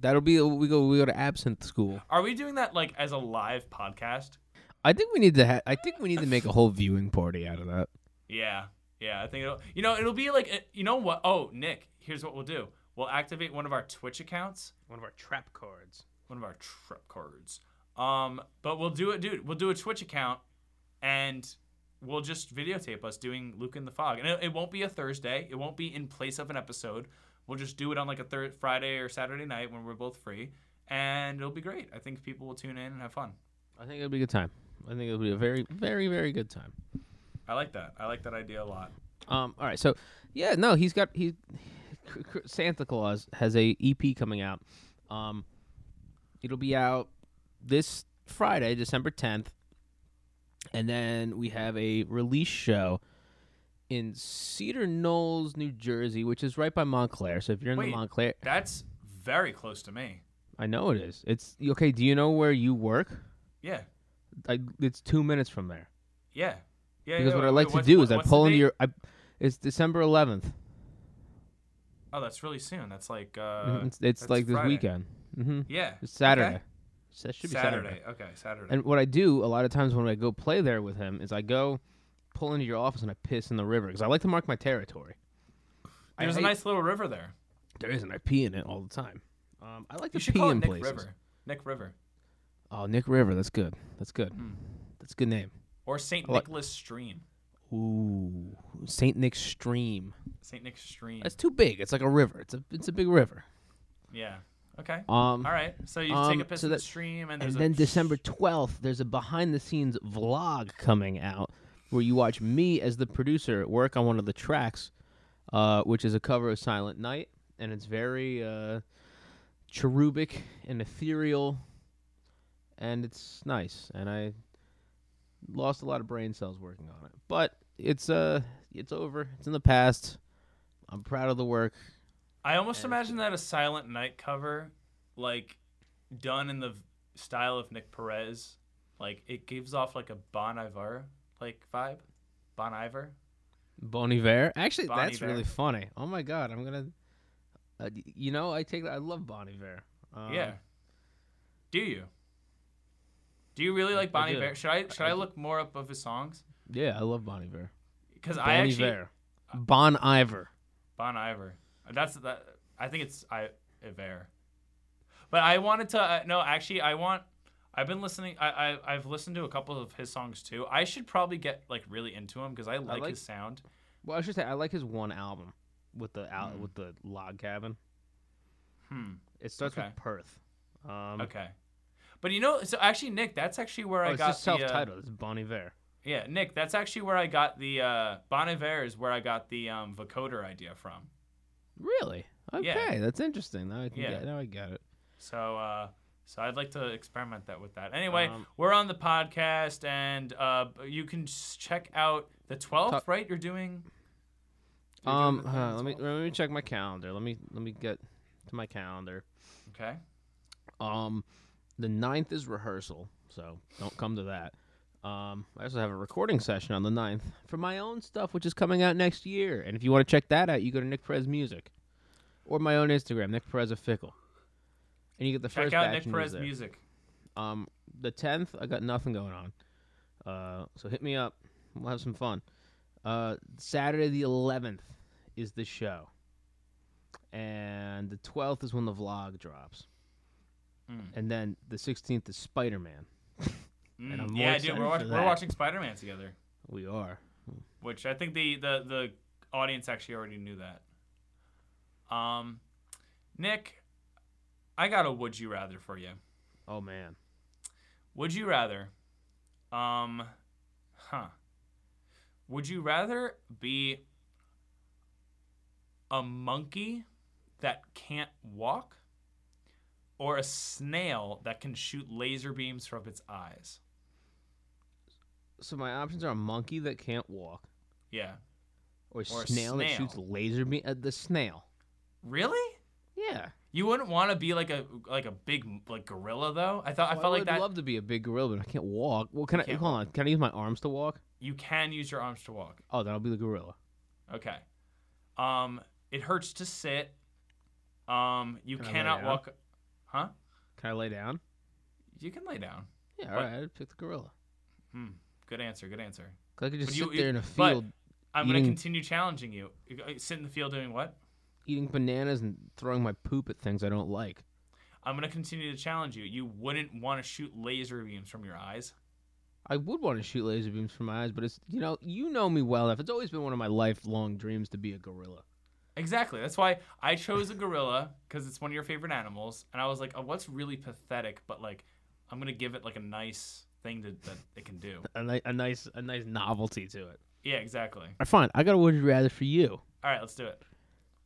Speaker 1: That'll be we go we go to absinthe school.
Speaker 3: Are we doing that like as a live podcast?
Speaker 1: I think we need to. Ha- I think we need to make a whole viewing party out of that.
Speaker 3: Yeah, yeah. I think it'll. You know, it'll be like uh, you know what? Oh, Nick, here's what we'll do. We'll activate one of our Twitch accounts,
Speaker 1: One of our trap cards.
Speaker 3: one of our trip cards. Um, but we'll do it, dude. We'll do a Twitch account, and we'll just videotape us doing Luke in the Fog, and it, it won't be a Thursday. It won't be in place of an episode. We'll just do it on like a third Friday or Saturday night when we're both free, and it'll be great. I think people will tune in and have fun.
Speaker 1: I think it'll be a good time. I think it'll be a very, very, very good time.
Speaker 3: I like that. I like that idea a lot.
Speaker 1: Um. All right. So, yeah. No, he's got he. Cr- cr- Santa Claus has a EP coming out. Um, it'll be out this Friday, December tenth, and then we have a release show in Cedar Knolls, New Jersey, which is right by Montclair. So if you're in
Speaker 3: Wait.
Speaker 1: the Montclair,
Speaker 3: That's very close to me.
Speaker 1: I know it is. It's okay. Do you know where you work?
Speaker 3: Yeah,
Speaker 1: I, it's two minutes from there.
Speaker 3: yeah, yeah.
Speaker 1: Because
Speaker 3: yeah,
Speaker 1: what
Speaker 3: wait,
Speaker 1: I like
Speaker 3: wait,
Speaker 1: to
Speaker 3: what's-
Speaker 1: do
Speaker 3: what-
Speaker 1: is I
Speaker 3: what's the
Speaker 1: pull into
Speaker 3: date?
Speaker 1: your. I, it's December eleventh.
Speaker 3: Oh, that's really soon. That's like uh,
Speaker 1: Mm-hmm, it's it's
Speaker 3: that's
Speaker 1: like this
Speaker 3: Friday.
Speaker 1: weekend. hmm
Speaker 3: Yeah,
Speaker 1: It's Saturday.
Speaker 3: Okay.
Speaker 1: So that should be
Speaker 3: Saturday.
Speaker 1: Saturday.
Speaker 3: Okay, Saturday.
Speaker 1: And what I do a lot of times when I go play there with him is I go pull into your office and I piss in the river because I like to mark my territory. I
Speaker 3: There's a
Speaker 1: hate-
Speaker 3: nice little river there.
Speaker 1: There is, and I pee in it all the time. Um, I like
Speaker 3: You
Speaker 1: to
Speaker 3: should
Speaker 1: pee
Speaker 3: call it
Speaker 1: in
Speaker 3: Nick
Speaker 1: places.
Speaker 3: River. Nick River
Speaker 1: Oh, Nick River. That's good. That's good.
Speaker 3: Hmm.
Speaker 1: That's a good name.
Speaker 3: or Saint
Speaker 1: like-
Speaker 3: Nicholas Stream.
Speaker 1: Ooh, Saint Nick's Stream.
Speaker 3: Saint Nick's Stream.
Speaker 1: That's too big. It's like a river. It's a it's a big river.
Speaker 3: yeah. Okay.
Speaker 1: Um,
Speaker 3: All right. So you
Speaker 1: um,
Speaker 3: take a piss
Speaker 1: so
Speaker 3: in the
Speaker 1: that-
Speaker 3: stream, and,
Speaker 1: And
Speaker 3: there's a
Speaker 1: then December 12th, there's a behind the scenes vlog coming out where you watch me as the producer work on one of the tracks, uh, which is a cover of Silent Night. And it's very uh, cherubic and ethereal. And it's nice. And I lost a lot of brain cells working on it. But it's, uh, it's over, it's in the past. I'm proud of the work.
Speaker 3: I almost imagine that a Silent Night cover, like, done in the v- style of Nick Perez, like it gives off like a Bon Iver like vibe. Bon Iver.
Speaker 1: Bon Iver. Actually,
Speaker 3: Bon
Speaker 1: that's
Speaker 3: Iver.
Speaker 1: really funny. Oh my god, I'm gonna. Uh, y- you know, I take that. I love Bon Iver. Um,
Speaker 3: yeah. Do you? Do you really like Bon
Speaker 1: do.
Speaker 3: Iver? Should I should I, look more up of his songs?
Speaker 1: yeah, I love Bon Iver.
Speaker 3: Because
Speaker 1: Bon
Speaker 3: I actually
Speaker 1: Iver. Bon Iver.
Speaker 3: Bon Iver. That's that. I think it's I Iver. But I wanted to uh, no. Actually, I want. I've been listening. I, I I've listened to a couple of his songs too. I should probably get like really into him because I, like
Speaker 1: like-
Speaker 3: his sound.
Speaker 1: Well, I should say I like his one album with the out with the log cabin.
Speaker 3: Hmm.
Speaker 1: It starts
Speaker 3: Okay.
Speaker 1: with Perth. Um,
Speaker 3: Okay. But you know, so actually, Nick, that's actually where
Speaker 1: Oh,
Speaker 3: I
Speaker 1: it's
Speaker 3: got
Speaker 1: just
Speaker 3: the, uh,
Speaker 1: self-titled. It's Bon Iver.
Speaker 3: yeah, Nick, that's actually where I got the uh, Bon Iver is where I got the um, vocoder idea from.
Speaker 1: Really? Okay,
Speaker 3: Yeah.
Speaker 1: that's interesting. Now I can
Speaker 3: Yeah.
Speaker 1: get. Now I get it.
Speaker 3: So uh, so I'd like to experiment that with that. Anyway,
Speaker 1: Um,
Speaker 3: we're on the podcast, and uh, you can s- check out the 12th,
Speaker 1: Talk-
Speaker 3: right? You're doing. you're doing
Speaker 1: Um,
Speaker 3: the
Speaker 1: huh, let
Speaker 3: thing
Speaker 1: me
Speaker 3: on the
Speaker 1: let me check my calendar. Let me let me get to my calendar.
Speaker 3: 12th? Okay.
Speaker 1: Um, the ninth is rehearsal, so don't come to that. Um, I also have a recording session on the 9th for my own stuff, which is coming out next year. And if you want to check that out, you go to Nick Perez Music or my own Instagram, Nick Perez of Fickle. And you get the
Speaker 3: Check
Speaker 1: first
Speaker 3: out
Speaker 1: batch
Speaker 3: Nick
Speaker 1: of news
Speaker 3: Perez
Speaker 1: there.
Speaker 3: music.
Speaker 1: Um, the tenth, I got nothing going on. Uh, so hit me up. We'll have some fun. Uh, Saturday the eleventh is the show, and the twelfth is when the vlog drops,
Speaker 3: Mm.
Speaker 1: and then the sixteenth is Spider Man.
Speaker 3: Mm,
Speaker 1: I'm more
Speaker 3: yeah, dude,
Speaker 1: excited
Speaker 3: we're, watch-
Speaker 1: for
Speaker 3: we're
Speaker 1: that.
Speaker 3: watching Spider Man together,
Speaker 1: We are.
Speaker 3: which I think the, the, the audience actually already knew that. Um, Nick, I got a would you rather for you.
Speaker 1: Oh man.
Speaker 3: Would you rather, um, huh? Would you rather be a monkey that can't walk or a snail that can shoot laser beams from its eyes?
Speaker 1: So my options are a monkey that can't walk,
Speaker 3: Yeah.
Speaker 1: or a
Speaker 3: Or a
Speaker 1: snail, that shoots
Speaker 3: snail.
Speaker 1: laser beam. Uh, the snail.
Speaker 3: Really?
Speaker 1: Yeah.
Speaker 3: You wouldn't want to be like a like a big like gorilla though. I thought I
Speaker 1: Well,
Speaker 3: felt
Speaker 1: would
Speaker 3: like that
Speaker 1: love to be a big gorilla, but I can't walk. Well, can I?
Speaker 3: can't
Speaker 1: Hold on. Can I use my arms to walk?
Speaker 3: you can use your arms to walk.
Speaker 1: Oh, then I'll be the gorilla.
Speaker 3: Okay. Um, it hurts to sit. Um, you
Speaker 1: Can I lay
Speaker 3: cannot
Speaker 1: down?
Speaker 3: walk. Huh?
Speaker 1: Can I lay down?
Speaker 3: You can lay down.
Speaker 1: Yeah.
Speaker 3: What?
Speaker 1: All right. I'd pick the gorilla.
Speaker 3: Hmm. Good answer. Good answer.
Speaker 1: 'Cause I could just
Speaker 3: But you-
Speaker 1: sit there in a
Speaker 3: but-
Speaker 1: field
Speaker 3: I'm going to
Speaker 1: Eating-
Speaker 3: continue challenging you. Uh, Sit in the field doing what?
Speaker 1: eating bananas and throwing my poop at things I don't like.
Speaker 3: I'm going to continue to challenge you. You wouldn't want to shoot laser beams from your eyes.
Speaker 1: I would want to shoot laser beams from my eyes, but it's you know you know me well enough. It's always been one of my lifelong dreams to be a gorilla.
Speaker 3: Exactly. That's why I chose a gorilla because it's one of your favorite animals, and I was like, "Oh, what's really pathetic?" But like, I'm gonna give it like a nice thing to, that it can do.
Speaker 1: A, ni- a nice, a nice novelty to it.
Speaker 3: Yeah, exactly.
Speaker 1: All right, fine. I got a would you rather for you.
Speaker 3: All right, let's do it.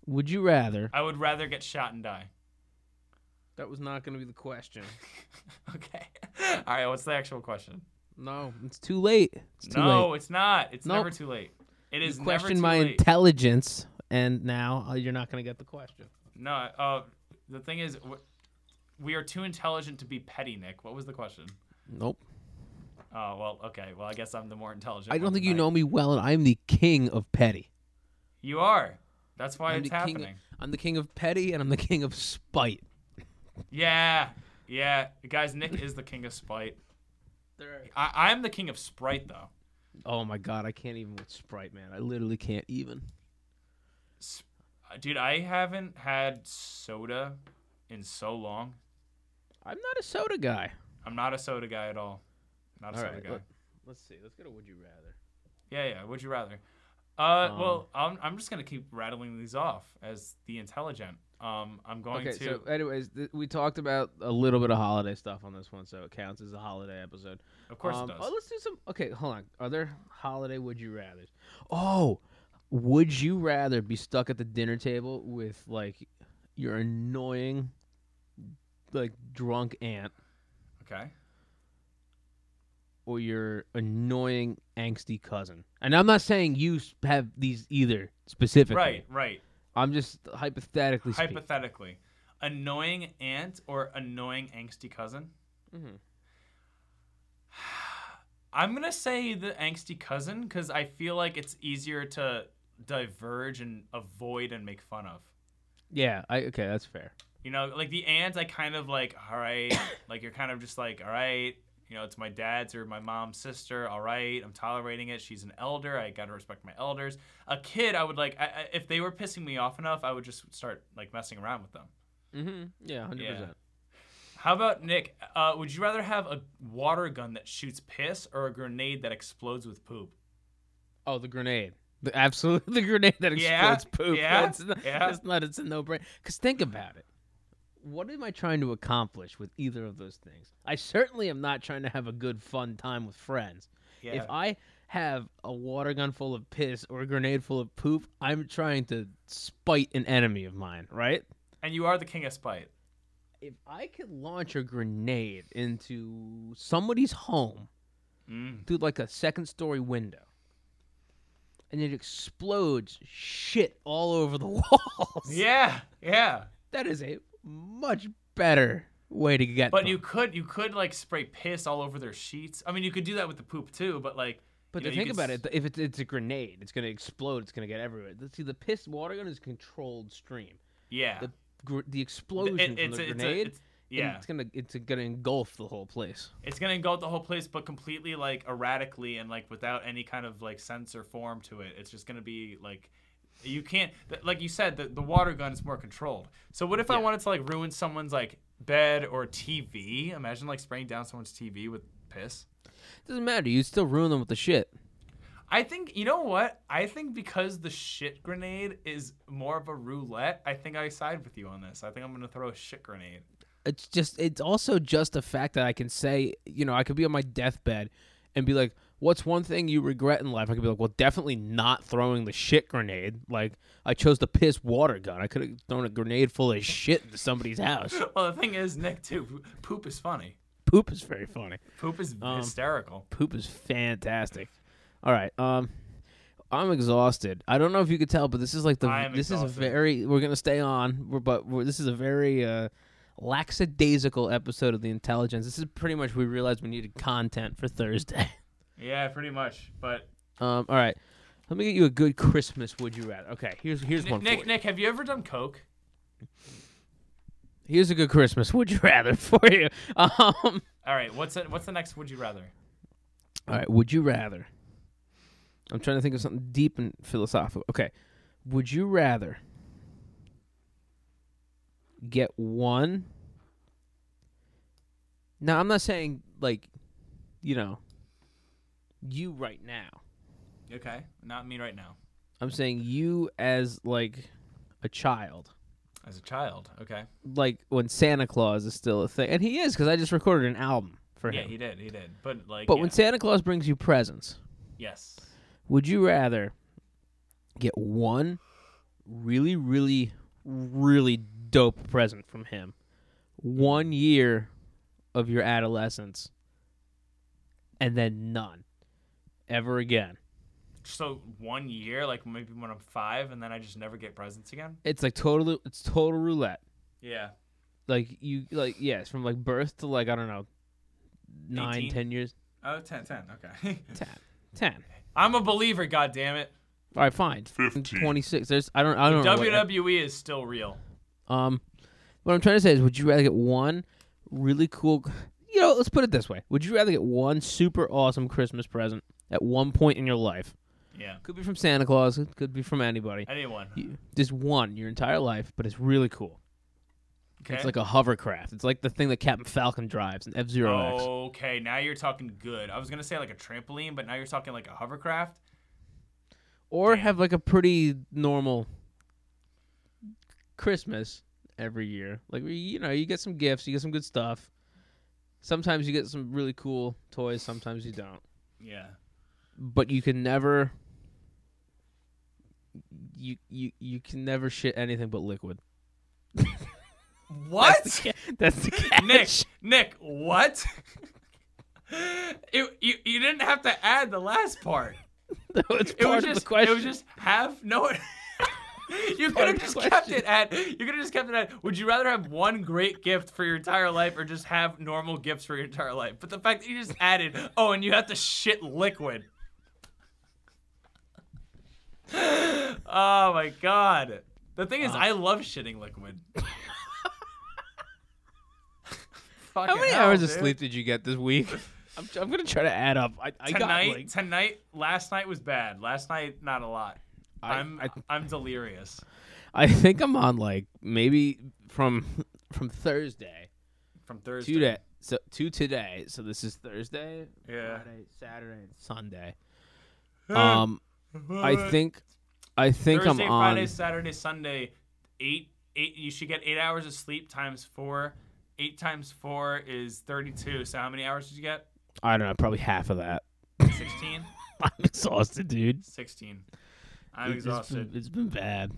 Speaker 1: Would you rather?
Speaker 3: I would rather get shot and die.
Speaker 1: That was not going to be the question.
Speaker 3: Okay. All right. What's the actual question?
Speaker 1: No, it's too late. It's too
Speaker 3: no,
Speaker 1: late.
Speaker 3: it's not. It's
Speaker 1: Nope.
Speaker 3: never too late. It is
Speaker 1: You
Speaker 3: never
Speaker 1: questioned
Speaker 3: too
Speaker 1: my
Speaker 3: late.
Speaker 1: intelligence, and now uh, you're not going to get the question.
Speaker 3: no. Uh, the thing is, w- we are too intelligent to be petty, Nick. What was the question?
Speaker 1: Nope.
Speaker 3: Oh well. Okay. Well, I guess I'm the more intelligent.
Speaker 1: I
Speaker 3: one
Speaker 1: don't think you
Speaker 3: tonight.
Speaker 1: know me well, and I'm the king of petty.
Speaker 3: You are. That's why
Speaker 1: I'm
Speaker 3: it's
Speaker 1: the king
Speaker 3: happening.
Speaker 1: I'm the king of petty, and I'm the king of spite.
Speaker 3: Yeah, yeah, guys. Nick is the king of spite. I, I'm the king of sprite, though.
Speaker 1: Oh my god, I can't even with Sprite, man. I literally can't even.
Speaker 3: S- uh, Dude, I haven't had soda in so long.
Speaker 1: I'm not a soda guy.
Speaker 3: I'm not a soda guy at all. Not a
Speaker 1: All
Speaker 3: soda
Speaker 1: right,
Speaker 3: guy.
Speaker 1: let- let's see. Let's get a would you rather.
Speaker 3: Yeah, yeah. Would you rather? Uh,
Speaker 1: Um,
Speaker 3: well, I'm, I'm just gonna keep rattling these off as the intelligent. Um, I'm going
Speaker 1: Okay,
Speaker 3: to.
Speaker 1: so anyways, th- we talked about a little bit of holiday stuff on this one, so it counts as a holiday episode.
Speaker 3: of course
Speaker 1: Um,
Speaker 3: it does.
Speaker 1: Oh, let's do some. Okay, hold on. Are there holiday would you rather's? Oh, would you rather be stuck at the dinner table with like your annoying, like drunk aunt
Speaker 3: Okay.
Speaker 1: or your annoying angsty cousin? And I'm not saying you s- have these either specifically.
Speaker 3: Right, right.
Speaker 1: I'm just hypothetically speaking.
Speaker 3: Hypothetically, annoying aunt or annoying angsty cousin?
Speaker 1: Mhm.
Speaker 3: I'm gonna say the angsty cousin because I feel like it's easier to diverge and avoid and make fun of.
Speaker 1: yeah. I, okay, that's fair.
Speaker 3: You know, like the aunt, I kind of like, all right, like you're kind of just like, all right, you know, it's my dad's or my mom's sister. All right, I'm tolerating it. She's an elder. I gotta respect my elders. A kid, I would like, I, I, if they were pissing me off enough, I would just start like messing around with them.
Speaker 1: Mm-hmm. Yeah, hundred
Speaker 3: Yeah.
Speaker 1: percent.
Speaker 3: How about Nick? Uh, would you rather have a water gun that shoots piss or a grenade that explodes with poop?
Speaker 1: Oh, the grenade. The absolute the grenade that
Speaker 3: Yeah,
Speaker 1: explodes poop.
Speaker 3: yeah,
Speaker 1: That's not,
Speaker 3: yeah.
Speaker 1: that's not it's a no brainer. Cause think about it. What am I trying to accomplish with either of those things? I certainly am not trying to have a good fun time with friends.
Speaker 3: Yeah.
Speaker 1: If I have a water gun full of piss or a grenade full of poop, I'm trying to spite an enemy of mine, right?
Speaker 3: and you are the king of spite.
Speaker 1: If I could launch a grenade into somebody's home
Speaker 3: Mm.
Speaker 1: through like a second story window. And it explodes shit all over the walls.
Speaker 3: Yeah, yeah.
Speaker 1: That is a much better way to get
Speaker 3: But
Speaker 1: them.
Speaker 3: you could you could like spray piss all over their sheets. I mean, you could do that with the poop too. But like,
Speaker 1: But
Speaker 3: you
Speaker 1: to
Speaker 3: know, you
Speaker 1: think
Speaker 3: could
Speaker 1: about
Speaker 3: s-
Speaker 1: it, th- if it's, it's a grenade, it's gonna explode. It's gonna get everywhere. Th- See, the piss water gun is a controlled stream.
Speaker 3: yeah,
Speaker 1: The gr- the
Speaker 3: It-
Speaker 1: explosion from
Speaker 3: it's
Speaker 1: the
Speaker 3: a- it's a-
Speaker 1: grenade,
Speaker 3: it's- yeah,
Speaker 1: it's gonna it's gonna engulf the whole place.
Speaker 3: it's gonna engulf the whole place, but completely like erratically and like without any kind of like sense or form to it. It's just gonna be like you can't th- like you said the, the water gun is more controlled. So what if I wanted to like ruin someone's like bed or TV? Imagine like spraying down someone's TV with piss.
Speaker 1: Doesn't matter. You still ruin them with the shit.
Speaker 3: I think you know what? I think because the shit grenade is more of a roulette, I think I side with you on this. I think I'm gonna throw a shit grenade.
Speaker 1: it's just it's also just the fact that I can say, you know, I could be on my deathbed and be like, what's one thing you regret in life? I could be like, well, definitely not throwing the shit grenade. Like I chose the piss water gun. I could have thrown a grenade full of shit into somebody's house.
Speaker 3: Well, the thing is, Nick, too, poop is funny.
Speaker 1: Poop is very funny.
Speaker 3: Poop is hysterical.
Speaker 1: Poop is fantastic. All right, um I'm exhausted. I don't know if you could tell, but this is like the
Speaker 3: I am
Speaker 1: this is
Speaker 3: exhausted.
Speaker 1: very we're going to stay on, we're, but we're, this is a very uh lackadaisical episode of the intelligence. This is pretty much we realized we needed content for Thursday.
Speaker 3: Yeah, pretty much. But
Speaker 1: Um, all right. Let me get you a good Christmas would you rather. Okay, here's here's
Speaker 3: Nick,
Speaker 1: one. for
Speaker 3: Nick,
Speaker 1: you.
Speaker 3: Nick, have you ever done coke?
Speaker 1: Here's a good Christmas would you rather for you. Um, all
Speaker 3: All right, what's it, what's the next? Would you rather? Um,
Speaker 1: right, would you rather? I'm trying to think of something deep and philosophical. Okay. Would you rather get one Now, I'm not saying like you know you right now.
Speaker 3: Okay, not me right now.
Speaker 1: I'm saying you as like a child.
Speaker 3: as a child. Okay.
Speaker 1: Like when Santa Claus is still a thing, and he is because I just recorded an album for
Speaker 3: Yeah,
Speaker 1: him.
Speaker 3: he did. He did. But like,
Speaker 1: but
Speaker 3: yeah.
Speaker 1: when Santa Claus brings you presents,
Speaker 3: yes,
Speaker 1: would you rather get one really, really, really dope present from him, one year of your adolescence, and then none ever again?
Speaker 3: so one year, like maybe when I'm five, and then I just never get presents again.
Speaker 1: It's like total, it's total roulette.
Speaker 3: Yeah.
Speaker 1: Like you, like yes, from like birth to like I don't know, nine,
Speaker 3: 18?
Speaker 1: ten years,
Speaker 3: Oh, 10, 10. Okay.
Speaker 1: ten.
Speaker 3: I'm a believer. God damn it.
Speaker 1: All right, fine. 15. 26. There's I don't I don't know. what-
Speaker 3: WWE E is still real.
Speaker 1: Um, what I'm trying to say is, would you rather get one really cool? You know, let's put it this way: Would you rather get one super awesome Christmas present at one point in your life?
Speaker 3: Yeah.
Speaker 1: Could be from Santa Claus. It could be from anybody.
Speaker 3: Anyone.
Speaker 1: You- Just one your entire life, but it's really cool.
Speaker 3: Okay.
Speaker 1: It's like a hovercraft. It's like the thing that Captain Falcon drives in F Zero X.
Speaker 3: Oh, Okay, now you're talking good. I was gonna say like a trampoline, but now you're talking like a hovercraft.
Speaker 1: Or have like a pretty normal Christmas every year. Like where, you know, you get some gifts, you get some good stuff. Sometimes you get some really cool toys. Sometimes you don't.
Speaker 3: Yeah.
Speaker 1: but you can never you you you can never shit anything but liquid.
Speaker 3: What?
Speaker 1: That's the catch.
Speaker 3: Nick, Nick, what? It, you, you didn't have to add the last part.
Speaker 1: No, it's
Speaker 3: It
Speaker 1: part
Speaker 3: was
Speaker 1: of
Speaker 3: just
Speaker 1: the question.
Speaker 3: it was just have no. you could
Speaker 1: part of
Speaker 3: have
Speaker 1: the
Speaker 3: just
Speaker 1: question.
Speaker 3: kept it at you could have just kept it at. Would you rather have one great gift for your entire life or just have normal gifts for your entire life? But the fact that you just added oh, and you have to shit liquid. oh my god. The thing is, I love shitting liquid.
Speaker 1: How many hours of sleep did you get this week? I'm, I'm gonna try to add up. I, I
Speaker 3: tonight,
Speaker 1: got like
Speaker 3: tonight, last night was bad. Last night, not a lot.
Speaker 1: I-
Speaker 3: I, am
Speaker 1: I-
Speaker 3: I, am delirious.
Speaker 1: I think I'm on like maybe from from Thursday
Speaker 3: From Thursday.
Speaker 1: to that so to today. So this is Thursday,
Speaker 3: Yeah.
Speaker 1: Friday, Saturday, and Sunday. Um, I think I think
Speaker 3: Thursday,
Speaker 1: I'm on.
Speaker 3: Friday, Saturday, Sunday, eight eight. You should get eight hours of sleep times four. Eight times four is thirty-two. So how many hours did you get?
Speaker 1: I don't know, probably half of that.
Speaker 3: Sixteen.
Speaker 1: I'm exhausted, dude.
Speaker 3: Sixteen. I'm
Speaker 1: It's just been-
Speaker 3: exhausted.
Speaker 1: it's been bad.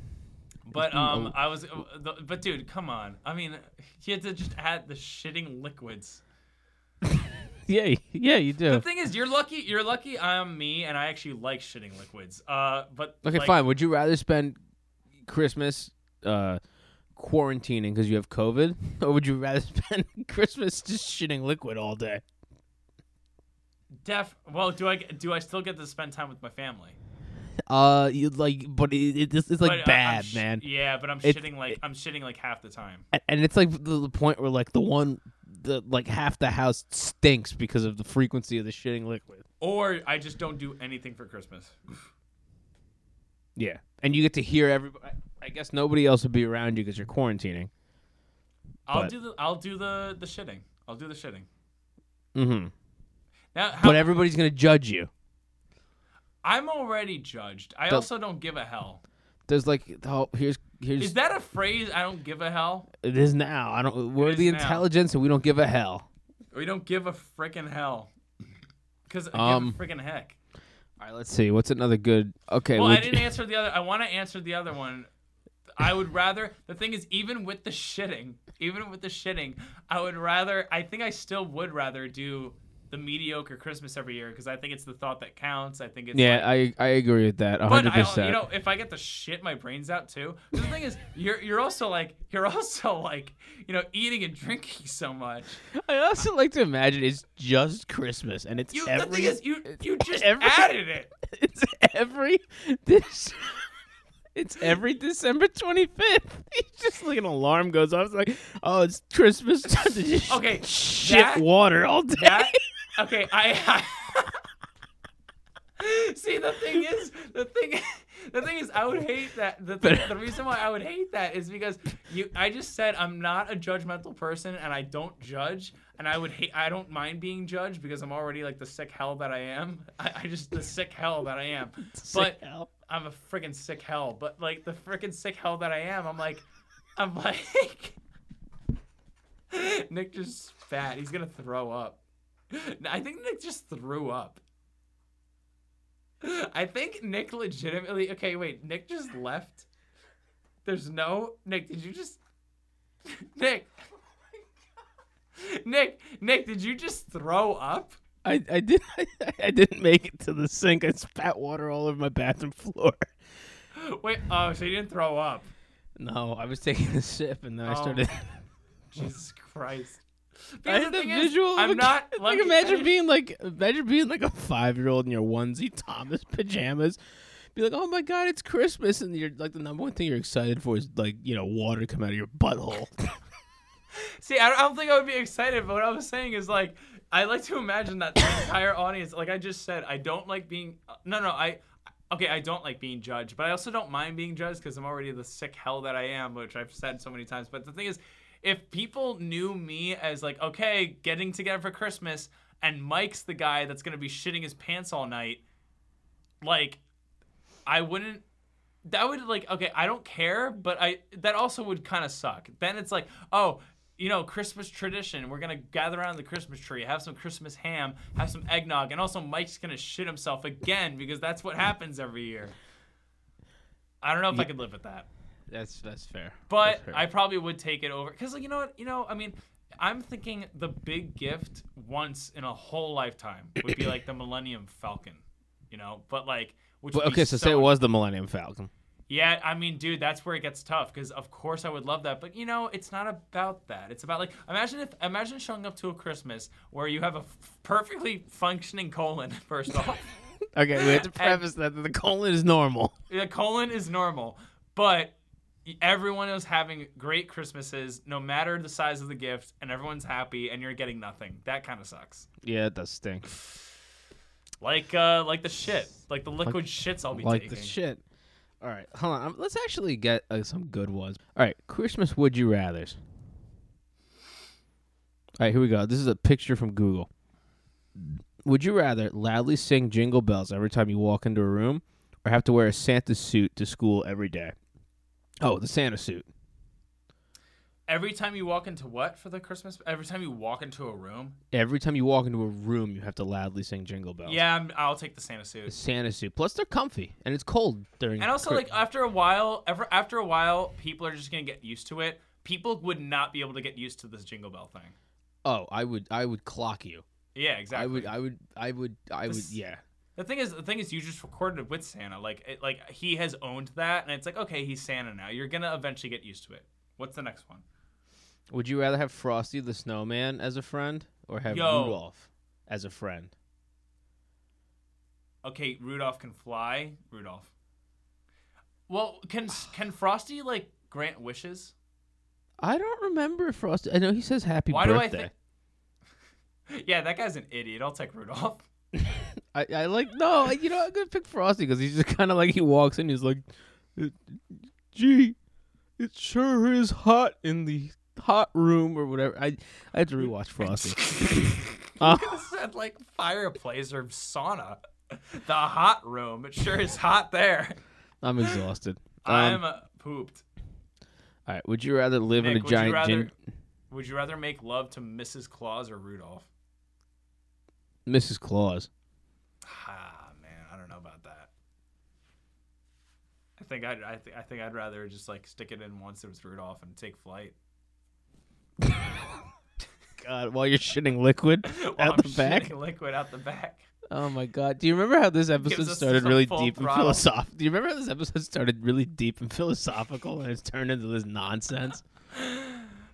Speaker 3: But um,
Speaker 1: old.
Speaker 3: I was. uh, the- But dude, come on. I mean, you had to just add the shitting liquids.
Speaker 1: Yeah, yeah, you
Speaker 3: The
Speaker 1: do.
Speaker 3: thing is, you're lucky. You're lucky. I'm me, and I actually like shitting liquids. Uh, but
Speaker 1: Okay,
Speaker 3: like,
Speaker 1: fine. Would you rather spend Christmas uh, quarantining because you have COVID, or would you rather spend Christmas just shitting liquid all day?
Speaker 3: Def. Well, do I get- do I still get to spend time with my family?
Speaker 1: Uh, you like, but it, it, it's, it's like
Speaker 3: But I- I'm
Speaker 1: bad,
Speaker 3: sh-
Speaker 1: man.
Speaker 3: Yeah, but I'm
Speaker 1: It-
Speaker 3: shitting like I'm shitting like half the time.
Speaker 1: A- And it's like the, the point where like the one, the like half the house stinks because of the frequency of the shitting liquid.
Speaker 3: Or I just don't do anything for Christmas.
Speaker 1: Yeah, and you get to hear everybody. I guess nobody else would be around you because you're quarantining.
Speaker 3: I'll
Speaker 1: But-
Speaker 3: do the I'll do the the shitting. I'll do the shitting.
Speaker 1: Mm-hmm.
Speaker 3: Now, how,
Speaker 1: But everybody's gonna judge you.
Speaker 3: I'm already judged. I
Speaker 1: The-
Speaker 3: also don't give a hell.
Speaker 1: There's like, oh, here's here's
Speaker 3: Is that a phrase? I don't give a hell.
Speaker 1: It is now. I don't. We're
Speaker 3: is
Speaker 1: the
Speaker 3: now.
Speaker 1: intelligence, and we don't give a hell.
Speaker 3: We don't give a freaking hell. Because I
Speaker 1: Um,
Speaker 3: give a freaking heck.
Speaker 1: All right, let's see. What's another good? Okay,
Speaker 3: Well, I
Speaker 1: would you-
Speaker 3: didn't answer the other. I want to answer the other one. I would rather. The thing is, even with the shitting, even with the shitting, I would rather. I think I still would rather do the mediocre Christmas every year because I think it's the thought that counts. I think it's
Speaker 1: yeah, I I agree with that.
Speaker 3: But
Speaker 1: hundred
Speaker 3: I, al- you
Speaker 1: percent.
Speaker 3: know, if I get to shit my brains out too, the thing is, you're you're also like you're also like you know eating and drinking so much.
Speaker 1: I also like to imagine it's just Christmas, and it's
Speaker 3: You the
Speaker 1: every.
Speaker 3: thing is, you you just
Speaker 1: every-
Speaker 3: added it.
Speaker 1: it's every this. It's every December twenty fifth. It's just like an alarm goes off. It's like, oh, it's Christmas time to just
Speaker 3: Okay,
Speaker 1: shit
Speaker 3: that-
Speaker 1: water all day.
Speaker 3: that okay I, I- see the thing is the thing the thing is i would hate that the, thing, the reason why i would hate that is because you i just said i'm not a judgmental person and i don't judge and i would hate i don't mind being judged because i'm already like the sick hell that i am i, I just the sick hell that i am
Speaker 1: It's
Speaker 3: but
Speaker 1: like, hell.
Speaker 3: I'm a freaking sick hell, but like the freaking sick hell that I am, I'm like, I'm like, Nick just spat. He's gonna throw up. No, I think Nick just threw up. I think Nick legitimately. Okay, wait. Nick just left. There's no Nick. Did you just Nick? Nick, Nick, did you just throw up?
Speaker 1: I, I did I, I didn't make it to the sink. I spat water all over my bathroom floor.
Speaker 3: Wait, oh, so you didn't throw up?
Speaker 1: No, I was taking a sip and then I
Speaker 3: Oh.
Speaker 1: started.
Speaker 3: Jesus Christ!
Speaker 1: I
Speaker 3: Because
Speaker 1: had the
Speaker 3: thing is,
Speaker 1: visual. of
Speaker 3: I'm
Speaker 1: a-
Speaker 3: not
Speaker 1: like imagine being like imagine being like a five year old in your onesie Thomas pajamas. Be like, oh my god, it's Christmas, and you're like the number one thing you're excited for is like you know water to come out of your butthole.
Speaker 3: See, I don't, I don't think I would be excited, but what I was saying is like, I like to imagine that the entire audience, like I just said, I don't like being. No, no, I. Okay, I don't like being judged, but I also don't mind being judged because I'm already the sick hell that I am, which I've said so many times. But the thing is, if people knew me as like, okay, getting together for Christmas, and Mike's the guy that's gonna be shitting his pants all night, like, I wouldn't that would like okay i don't care but i that also would kind of suck then it's like oh you know christmas tradition we're gonna gather around the christmas tree have some christmas ham have some eggnog and also mike's gonna shit himself again because that's what happens every year i don't know if i could live with that
Speaker 1: that's that's fair.
Speaker 3: but
Speaker 1: That's fair.
Speaker 3: I probably would take it over because, like, you know what? You know, I mean, I'm thinking the big gift once in a whole lifetime would be like the Millennium Falcon, you know. But like, which
Speaker 1: But,
Speaker 3: would be
Speaker 1: okay, so say it
Speaker 3: so
Speaker 1: was the Millennium Falcon.
Speaker 3: yeah, I mean, dude, that's where it gets tough because, of course, I would love that, but you know, it's not about that. It's about like imagine if imagine showing up to a Christmas where you have a f- perfectly functioning colon. First off,
Speaker 1: Okay, we have to preface that that the colon is normal.
Speaker 3: the colon is normal, but everyone is having great Christmases, no matter the size of the gift, and everyone's happy, and you're getting nothing. That kind of sucks.
Speaker 1: Yeah, it does stink.
Speaker 3: Like uh, like the shit, like the liquid shits I'll be
Speaker 1: like
Speaker 3: taking.
Speaker 1: the shit. All right, hold on. um, Let's actually get uh, some good ones. All right, Christmas would you rather's. All right, here we go. This is a picture from Google. Would you rather loudly sing jingle bells every time you walk into a room or have to wear a Santa suit to school every day? Oh, the Santa suit.
Speaker 3: Every time you walk into what for the Christmas? Every time you walk into a room,
Speaker 1: Every time you walk into a room, you have to loudly sing jingle bells.
Speaker 3: yeah, I'm, I'll take the Santa suit.
Speaker 1: The Santa suit. Plus, they're comfy and it's cold during.
Speaker 3: And also,
Speaker 1: Chri-
Speaker 3: like after a while, ever after a while, people are just gonna get used to it. People would not be able to get used to this jingle bell thing.
Speaker 1: oh, I would, I would clock you.
Speaker 3: Yeah, exactly.
Speaker 1: I would, I would, I would, I would.
Speaker 3: This-
Speaker 1: Yeah.
Speaker 3: the thing is, the thing is, you just recorded it with Santa. Like, it, like he has owned that, and it's like, okay, he's Santa now. You're gonna eventually get used to it. What's the next one?
Speaker 1: Would you rather have Frosty the Snowman as a friend or have
Speaker 3: Yo.
Speaker 1: Rudolph as a friend?
Speaker 3: Okay, Rudolph can fly. Rudolph. Well, can can Frosty like grant wishes?
Speaker 1: I don't remember Frosty. I know he says happy
Speaker 3: Why do I
Speaker 1: birthday.
Speaker 3: Yeah, that guy's an idiot. I'll take Rudolph.
Speaker 1: I, I, like no, you know I'm gonna pick Frosty because he's just kind of like he walks in, he's like, "Gee, it sure is hot in the hot room or whatever." I I had to rewatch Frosty. Uh,
Speaker 3: said like fireplace or sauna. The hot room. It sure is hot there.
Speaker 1: I'm exhausted. Um,
Speaker 3: I'm uh, pooped.
Speaker 1: all right. Would you rather live in a
Speaker 3: Nick, would you
Speaker 1: giant?
Speaker 3: rather
Speaker 1: gin-
Speaker 3: would you rather make love to Mrs. Claus or Rudolph?
Speaker 1: Mrs. Claus.
Speaker 3: Ah man, I don't know about that. I think I'd I, th- I think I'd rather just like stick it in once it was Rudolph and take flight.
Speaker 1: God, while you're shitting liquid
Speaker 3: While
Speaker 1: out
Speaker 3: I'm
Speaker 1: the back.
Speaker 3: shitting liquid out the back.
Speaker 1: Oh my god! Do you remember how this episode
Speaker 3: Gives us
Speaker 1: started
Speaker 3: some
Speaker 1: really
Speaker 3: full
Speaker 1: deep
Speaker 3: throttle.
Speaker 1: and philosophical? Do you remember how this episode started really deep and philosophical, and it's turned into this nonsense?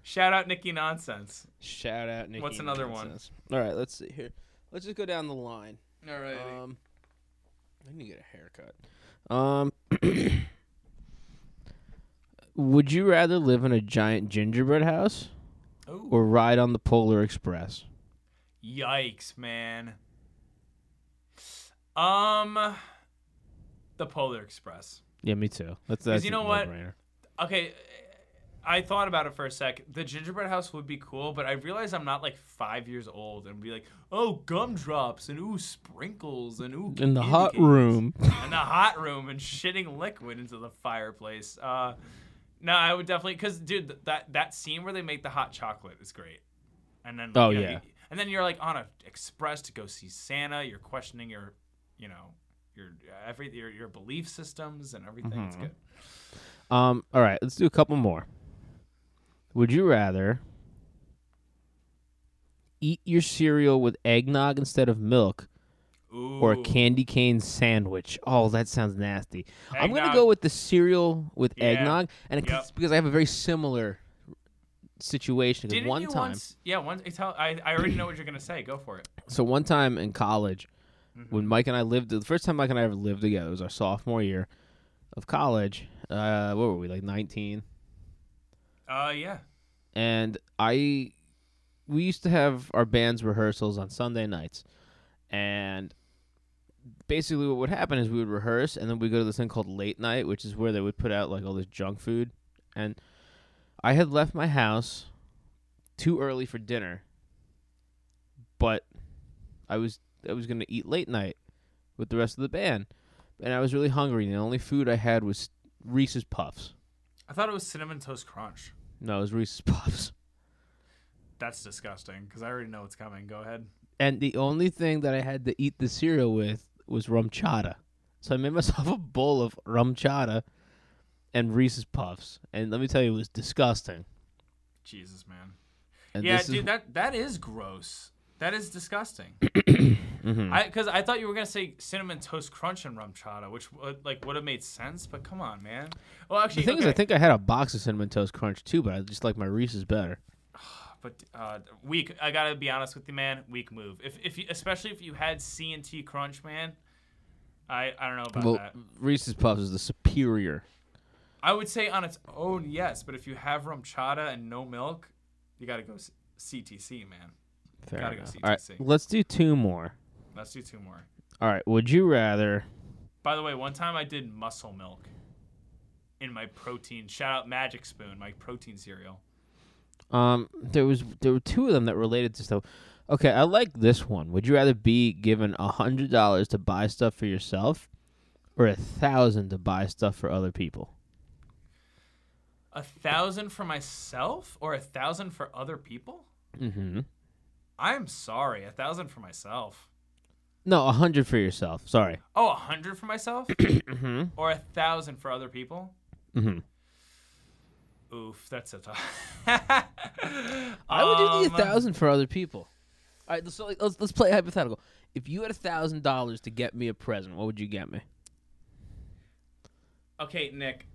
Speaker 3: Shout out Nikki Nonsense.
Speaker 1: Shout out, Nikki.
Speaker 3: What's another one?
Speaker 1: one? All right, let's see here. Let's just go down the line.
Speaker 3: All right.
Speaker 1: Um, I need to get a haircut. Um, would you rather live in a giant gingerbread house
Speaker 3: oh,
Speaker 1: or ride on the Polar Express?
Speaker 3: yikes, man. Um the Polar Express.
Speaker 1: Yeah, me too. That's
Speaker 3: 'Cause
Speaker 1: that's
Speaker 3: you
Speaker 1: a
Speaker 3: know what?
Speaker 1: no-brainer.
Speaker 3: okay I thought about it for a sec. The gingerbread house would be cool, but I realized I'm not like five years old and be like, oh, gumdrops and ooh, sprinkles and ooh.
Speaker 4: In the
Speaker 3: candy
Speaker 4: hot
Speaker 3: canes."
Speaker 4: room.
Speaker 3: in the hot room and shitting liquid into the fireplace. Uh, no, I would definitely because dude, th- that that scene where they make the hot chocolate is great, and then like,
Speaker 1: Oh,
Speaker 3: you know,
Speaker 1: yeah.
Speaker 3: you- and then you're like on a express to go see Santa. You're questioning your, you know, your every your, your belief systems and everything. It's
Speaker 1: Mm-hmm.
Speaker 3: good.
Speaker 1: Um, all right, let's do a couple more. Would you rather eat your cereal with eggnog instead of milk
Speaker 3: Ooh,
Speaker 1: or a candy cane sandwich? Oh, that sounds nasty. I'm going to
Speaker 3: Eggnog.
Speaker 1: go with the cereal with
Speaker 3: Yeah.
Speaker 1: eggnog, and it's
Speaker 3: Yep.
Speaker 1: because I have a very similar situation. 'cause
Speaker 3: Didn't
Speaker 1: one
Speaker 3: you
Speaker 1: time,
Speaker 3: once? Yeah, once. I Tell, I I already know what you're gonna say. Go for it.
Speaker 1: so one time in college,
Speaker 3: Mm-hmm.
Speaker 1: when Mike and I lived, the first time Mike and I ever lived together was our sophomore year of college. Uh, what were we like, 19?
Speaker 3: Uh, yeah.
Speaker 1: and I we used to have our band's rehearsals on Sunday nights, and basically what would happen is we would rehearse and then we go to this thing called late night, which is where they would put out like all this junk food, and I had left my house too early for dinner, but I was I was gonna eat late night with the rest of the band, and I was really hungry. And the only food I had was Reese's Puffs.
Speaker 3: I thought it was cinnamon toast crunch.
Speaker 1: No, it was Reese's Puffs.
Speaker 3: That's disgusting because I already know what's coming. Go ahead.
Speaker 1: and the only thing that I had to eat the cereal with was rum chata. So I made myself a bowl of rum chata and Reese's Puffs, and let me tell you, it was disgusting.
Speaker 3: Jesus, man.
Speaker 1: And
Speaker 3: yeah,
Speaker 1: this
Speaker 3: dude,
Speaker 1: is,
Speaker 3: that that is gross. That is disgusting.
Speaker 1: Mm-hmm.
Speaker 3: I because I thought you were gonna say cinnamon toast crunch and rum chata, which would, like would have made sense. But come on, man. Well,
Speaker 1: the
Speaker 3: actually,
Speaker 1: thing is,
Speaker 3: okay,
Speaker 1: I think I had a box of cinnamon toast crunch too, but I just like my Reese's better.
Speaker 3: But uh, weak. I gotta be honest with you, man. Weak move. If if you, especially if you had C and T crunch, man. I I don't know about
Speaker 1: well,
Speaker 3: that.
Speaker 1: Reese's Puffs is the superior.
Speaker 3: I would say on its own, yes. But if you have rum chata and no milk, you gotta go C- CTC, man.
Speaker 1: Fair
Speaker 3: Gotta go
Speaker 1: enough.
Speaker 3: CTC.
Speaker 1: All right, let's do two more.
Speaker 3: Let's do two more.
Speaker 1: All right, would you rather?
Speaker 3: By the way, one time I did muscle milk in my protein. Shout out Magic Spoon, my protein cereal.
Speaker 1: Um, there was there were two of them that related to stuff. Okay, I like this one. Would you rather be given a hundred dollars to buy stuff for yourself, or a thousand to buy stuff for other people?
Speaker 3: A thousand for myself or a thousand for other people?
Speaker 1: Mm-hmm.
Speaker 3: I'm sorry, a thousand for myself.
Speaker 1: No, a hundred for yourself. Sorry.
Speaker 3: Oh, a hundred for myself
Speaker 1: Mm-hmm.
Speaker 3: or a thousand for other people?
Speaker 1: Mm-hmm.
Speaker 3: Oof, that's a tough.
Speaker 1: I would do
Speaker 3: Um,
Speaker 1: the a thousand for other people. All right, so like, let's let's play hypothetical. If you had a thousand dollars to get me a present, what would you get me?
Speaker 3: Okay, Nick.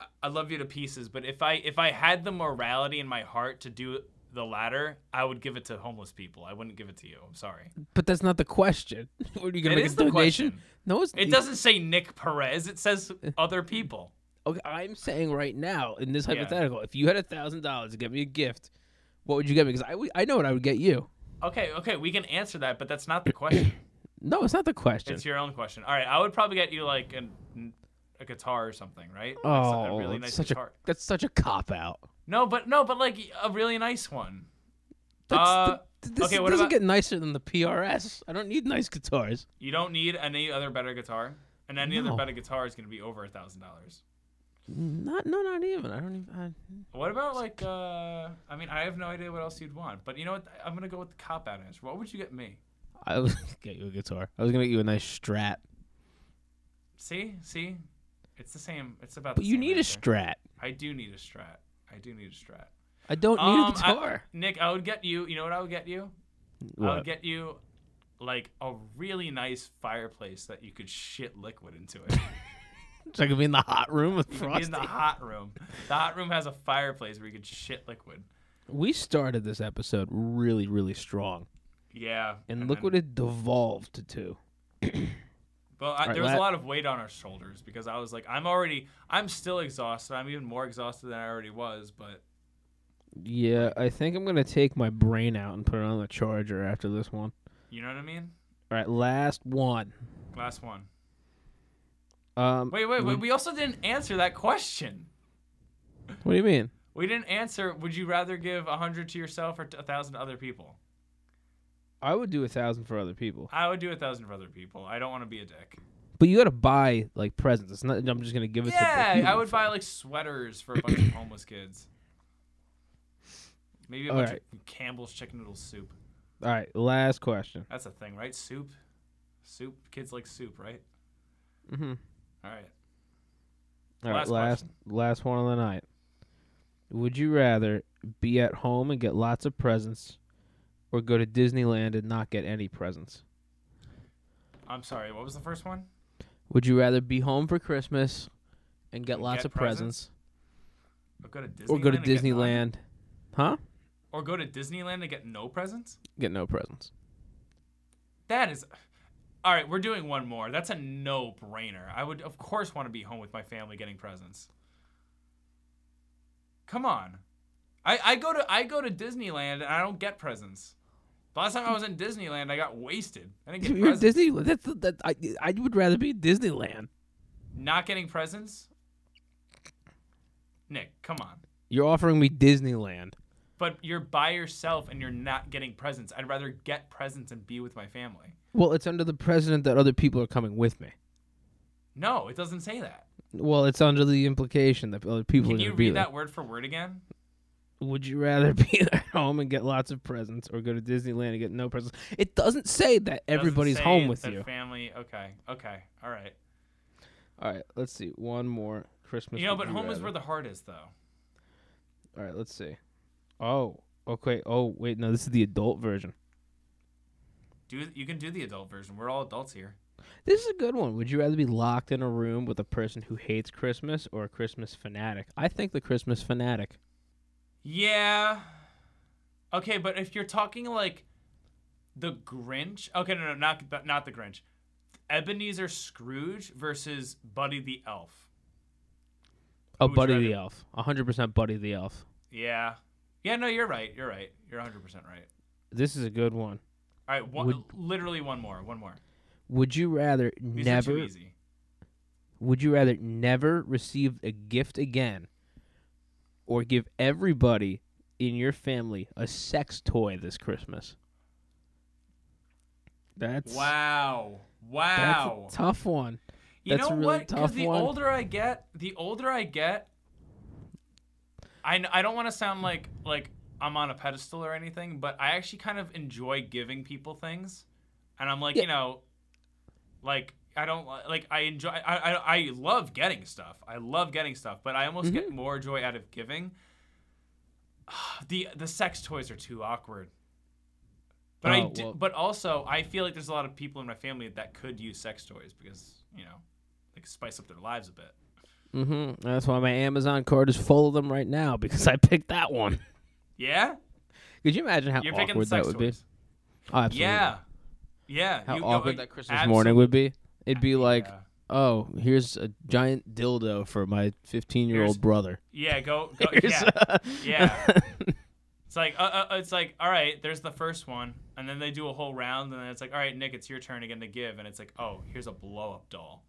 Speaker 3: I- I love you to pieces, but if I if I had the morality in my heart to do the latter, I would give it to homeless people. I wouldn't give it to you. I'm sorry.
Speaker 1: But that's not the question. what are you gonna
Speaker 3: It
Speaker 1: make
Speaker 3: is
Speaker 1: a
Speaker 3: the
Speaker 1: donation?
Speaker 3: question.
Speaker 1: No, it's
Speaker 3: It doesn't say Nick Perez. It says other people.
Speaker 1: Okay, I'm saying right now in this
Speaker 3: Yeah.
Speaker 1: hypothetical, if you had a thousand dollars to get me a gift, what would you get me? Because I, would- I know what I would get you.
Speaker 3: Okay, okay, we can answer that, but that's not the question.
Speaker 1: No, it's not the question.
Speaker 3: it's your own question. All right, I would probably get you like an, a guitar or something, right? Like so-
Speaker 1: oh,
Speaker 3: a really
Speaker 1: it's
Speaker 3: nice
Speaker 1: such
Speaker 3: guitar.
Speaker 1: a that's such a cop out.
Speaker 3: No, but no, but like a really nice one.
Speaker 1: That's
Speaker 3: Uh,
Speaker 1: the, this
Speaker 3: okay, what
Speaker 1: doesn't
Speaker 3: about-
Speaker 1: get nicer than the PRS. I don't need nice guitars.
Speaker 3: You don't need any other better guitar, and any
Speaker 1: No.
Speaker 3: other better guitar is going to be over a thousand dollars.
Speaker 1: Not no, not even. I don't even. I,
Speaker 3: What about like? uh I mean, I have no idea what else you'd want, but you know what? I'm going to go with the cop out answer. What would you get me?
Speaker 1: I would get you a guitar. I was gonna get you a nice Strat,
Speaker 3: See, see, it's the same. It's about.
Speaker 1: but
Speaker 3: the
Speaker 1: you
Speaker 3: same
Speaker 1: need a
Speaker 3: answer.
Speaker 1: Strat.
Speaker 3: I do need a strat. I do need a strat.
Speaker 1: I don't need a
Speaker 3: Um, I-
Speaker 1: guitar.
Speaker 3: Nick, I would get you. You know what I would get you? I
Speaker 1: What?
Speaker 3: would get you like a really nice fireplace that you could shit liquid into it.
Speaker 1: so I could be in the hot room with Frosty.
Speaker 3: in the hot room. The hot room has a fireplace where you could shit liquid.
Speaker 1: we started this episode really, really strong,
Speaker 3: Yeah.
Speaker 1: and, look
Speaker 3: then-
Speaker 1: what it devolved to.
Speaker 3: Well, I,
Speaker 1: right,
Speaker 3: there was
Speaker 1: la-
Speaker 3: a lot of weight on our shoulders because I was like, I'm already, I'm still exhausted. I'm even more exhausted than I already was. But
Speaker 1: Yeah, I think I'm gonna take my brain out and put it on the charger after this one.
Speaker 3: you know what I mean?
Speaker 1: All right, last one.
Speaker 3: Last one.
Speaker 1: Um, Mm-hmm.
Speaker 3: Wait, wait, wait. We also didn't answer that question.
Speaker 1: What do you mean?
Speaker 3: We didn't answer. Would you rather give a hundred to yourself or a thousand to other people?
Speaker 1: I would do a thousand for other people,
Speaker 3: I would do a thousand for other people. I don't want to be a dick.
Speaker 1: but you got to buy like presents. It's not. I'm just gonna give it to.
Speaker 3: Yeah,
Speaker 1: people.
Speaker 3: I would buy like sweaters for a bunch of homeless kids. Maybe a
Speaker 1: All
Speaker 3: bunch of Campbell's chicken noodle soup.
Speaker 1: All right, last question.
Speaker 3: That's a thing, right? Soup, soup. Kids like soup, right?
Speaker 1: Mm-hmm.
Speaker 3: All right.
Speaker 1: All right,
Speaker 3: Last
Speaker 1: last last one of the night. Would you rather be at home and get lots of presents, or go to Disneyland and not get any presents?
Speaker 3: I'm sorry. What was the first one?
Speaker 1: Would you rather be home for Christmas and get
Speaker 3: And
Speaker 1: lots
Speaker 3: get
Speaker 1: of presents,
Speaker 3: Or go to Disneyland.
Speaker 1: or go to
Speaker 3: and get none?
Speaker 1: Disneyland? Huh?
Speaker 3: Or go to Disneyland and get no presents?
Speaker 1: Get no presents.
Speaker 3: That is. All right, we're doing one more. That's a no-brainer. I would, of course, want to be home with my family getting presents. Come on, I, I go to I go to Disneyland and I don't get presents. The last time I was in Disneyland, I got wasted. I didn't get
Speaker 1: You're at
Speaker 3: presents.
Speaker 1: Disneyland. That's that. I I would rather be at Disneyland.
Speaker 3: Not getting presents. Nick, come on.
Speaker 1: You're offering me Disneyland.
Speaker 3: But you're by yourself and you're not getting presents. I'd rather get presents and be with my family.
Speaker 1: Well, it's under the precedent that other people are coming with me.
Speaker 3: No, it doesn't say that.
Speaker 1: Well, it's under the implication that other people
Speaker 3: Can
Speaker 1: are going
Speaker 3: you
Speaker 1: to be
Speaker 3: read
Speaker 1: there.
Speaker 3: that word for word again?
Speaker 1: Would you rather be at home and get lots of presents, or go to Disneyland and get no presents? It doesn't say that
Speaker 3: Doesn't
Speaker 1: everybody's
Speaker 3: say
Speaker 1: home with
Speaker 3: that
Speaker 1: you.
Speaker 3: Family. Okay. Okay. All right.
Speaker 1: All right, let's see. One more Christmas.
Speaker 3: you know,
Speaker 1: would
Speaker 3: but home is
Speaker 1: rather.
Speaker 3: where the heart is, though.
Speaker 1: All right, let's see. Oh, okay. Oh, wait, no, this is the adult version.
Speaker 3: Do you can do the adult version? We're all adults here.
Speaker 1: This is a good one. Would you rather be locked in a room with a person who hates Christmas or a Christmas fanatic? I think the Christmas fanatic.
Speaker 3: Yeah. Okay, but if you're talking like the Grinch, okay, no, no, not the- not the Grinch, Ebenezer Scrooge versus Buddy the Elf.
Speaker 1: Oh,
Speaker 3: would you
Speaker 1: Buddy
Speaker 3: rather-
Speaker 1: the Elf. 100% Buddy the Elf.
Speaker 3: Yeah. Yeah. No, you're right. You're right. You're 100 percent right.
Speaker 1: This is a good one.
Speaker 3: All right. One,
Speaker 1: Would-
Speaker 3: literally one more. One more.
Speaker 1: Would you rather
Speaker 3: These are too
Speaker 1: never
Speaker 3: easy.
Speaker 1: would you rather never receive a gift again or give everybody in your family a sex toy this Christmas? That's
Speaker 3: Wow.
Speaker 1: That's
Speaker 3: Wow.
Speaker 1: a tough one.
Speaker 3: You
Speaker 1: That's
Speaker 3: know
Speaker 1: a really
Speaker 3: what? 'Cause
Speaker 1: tough
Speaker 3: the
Speaker 1: one.
Speaker 3: older I get, the older I get, I, kn- I don't want to sound like like I'm on a pedestal or anything, but I actually kind of enjoy giving people things, and I'm like,
Speaker 1: Yeah.
Speaker 3: you know, like I don't li- like I enjoy I, I I love getting stuff. I love getting stuff, but I almost
Speaker 1: Mm-hmm.
Speaker 3: get more joy out of giving. the the sex toys are too awkward. But I
Speaker 1: Oh,
Speaker 3: do,
Speaker 1: well-
Speaker 3: but also I feel like there's a lot of people in my family that could use sex toys because you know they could spice up their lives a bit.
Speaker 1: hmm That's why my Amazon card is full of them right now because I picked that one.
Speaker 3: Yeah,
Speaker 1: Could you imagine how
Speaker 3: you're picking the
Speaker 1: awkward that
Speaker 3: sex
Speaker 1: would
Speaker 3: toys.
Speaker 1: be? Oh, absolutely.
Speaker 3: Yeah, yeah.
Speaker 1: How
Speaker 3: you- you-
Speaker 1: awkward
Speaker 3: uh,
Speaker 1: that Christmas morning would be. It'd be like,
Speaker 3: Yeah.
Speaker 1: oh, here's a giant dildo for my 15 year
Speaker 3: Here's-
Speaker 1: old brother.
Speaker 3: Yeah, go. go
Speaker 1: Here's
Speaker 3: yeah,
Speaker 1: a-
Speaker 3: yeah. It's like uh, uh, it's like all right. There's the first one, and then they do a whole round, and then it's like all right, Nick, it's your turn again to give, and it's like oh, here's a blow up doll.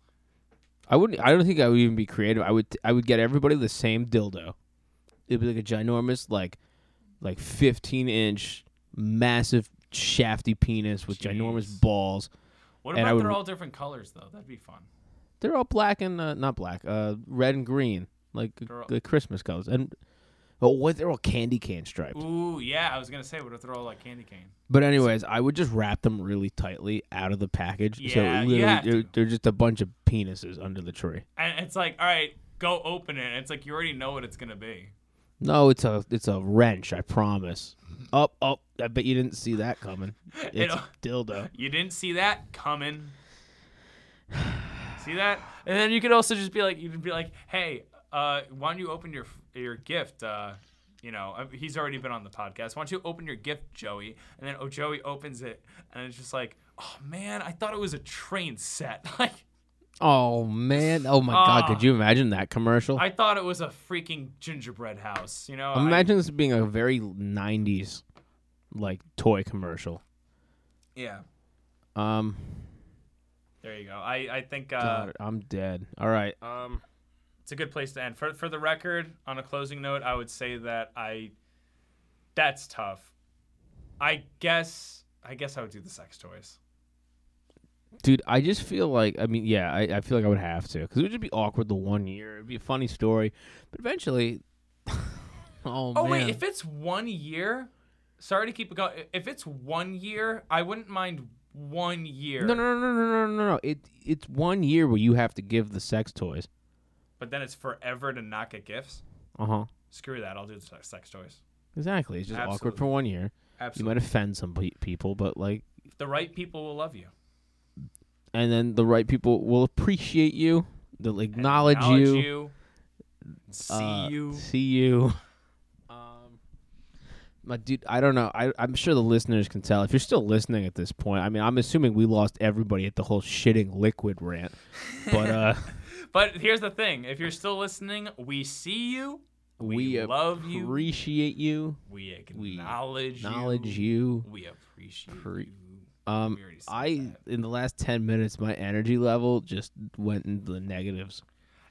Speaker 1: I wouldn't. I don't think I would even be creative. I would. I would get everybody the same dildo. It'd be like a ginormous, like, like fifteen inch, massive, shafty penis with ginormous
Speaker 3: Jeez.
Speaker 1: balls.
Speaker 3: What
Speaker 1: And
Speaker 3: about
Speaker 1: I would-
Speaker 3: they're all different colors though? That'd be fun.
Speaker 1: They're all black and uh, not black, uh, red and green, like
Speaker 3: They're all-
Speaker 1: the Christmas colors. And oh, what? They're all candy cane striped.
Speaker 3: Ooh, yeah. I was gonna say, what if they're all like candy cane?
Speaker 1: But anyways, I would just wrap them really tightly out of the package. so
Speaker 3: Yeah, you
Speaker 1: literally,
Speaker 3: have
Speaker 1: they're,
Speaker 3: to.
Speaker 1: they're just a bunch of penises under the tree.
Speaker 3: And it's like, all right, go open it. And it's like you already know what it's gonna be.
Speaker 1: No, it's a it's a wrench. I promise. Oh, oh! I bet you didn't see that coming. It's a dildo.
Speaker 3: You didn't see that coming. see that? And then you could also just be like, you could be like, hey, uh, why don't you open your your gift? Uh, you know, uh, he's already been on the podcast. Why don't you open your gift, Joey? And then oh, Joey opens it, and it's just like, oh man, I thought it was a train set. Like.
Speaker 1: Oh man! Oh my
Speaker 3: Ah.
Speaker 1: god! Could you imagine that commercial?
Speaker 3: I thought it was a freaking gingerbread house, you know. I-
Speaker 1: imagine this being a very '90s like toy commercial.
Speaker 3: yeah.
Speaker 1: Um,
Speaker 3: There you go. I I think uh,
Speaker 1: God, I'm dead. All right. Um,
Speaker 3: it's a good place to end. For for the record, on a closing note, I would say that I that's tough. I guess I guess I would do the sex toys.
Speaker 1: Dude, I just feel like I mean, yeah, I, I feel like I would have to because it would just be awkward the one year. It'd be a funny story, but eventually, oh,
Speaker 3: Oh
Speaker 1: man,
Speaker 3: wait, if it's one year, sorry to keep it going. If it's one year, I wouldn't mind one year.
Speaker 1: no, no, no, no, no, no, no, no, it it's one year where you have to give the sex toys.
Speaker 3: But then it's forever to not get gifts.
Speaker 1: Uh huh.
Speaker 3: Screw that. I'll do the sex, sex toys.
Speaker 1: Exactly. It's just awkward
Speaker 3: Absolutely.
Speaker 1: for one year. You
Speaker 3: Absolutely.
Speaker 1: might offend some pe- people, but like,
Speaker 3: the right people will love you.
Speaker 1: and then the right people will appreciate you. They'll acknowledge,
Speaker 3: Acknowledge
Speaker 1: you.
Speaker 3: you. See
Speaker 1: uh,
Speaker 3: you.
Speaker 1: See you. Um, my dude, I don't know. I, I'm sure the listeners can tell. If you're still listening at this point, I mean, I'm assuming we lost everybody at the whole shitting liquid rant. But uh,
Speaker 3: But here's the thing: if you're still listening, we see you.
Speaker 1: we,
Speaker 3: We love you.
Speaker 1: appreciate you,
Speaker 3: We acknowledge you.
Speaker 1: acknowledge you.
Speaker 3: We appreciate
Speaker 1: Pre-
Speaker 3: you.
Speaker 1: Um,
Speaker 3: We already said
Speaker 1: I in the last ten minutes, my energy level just went into the negatives.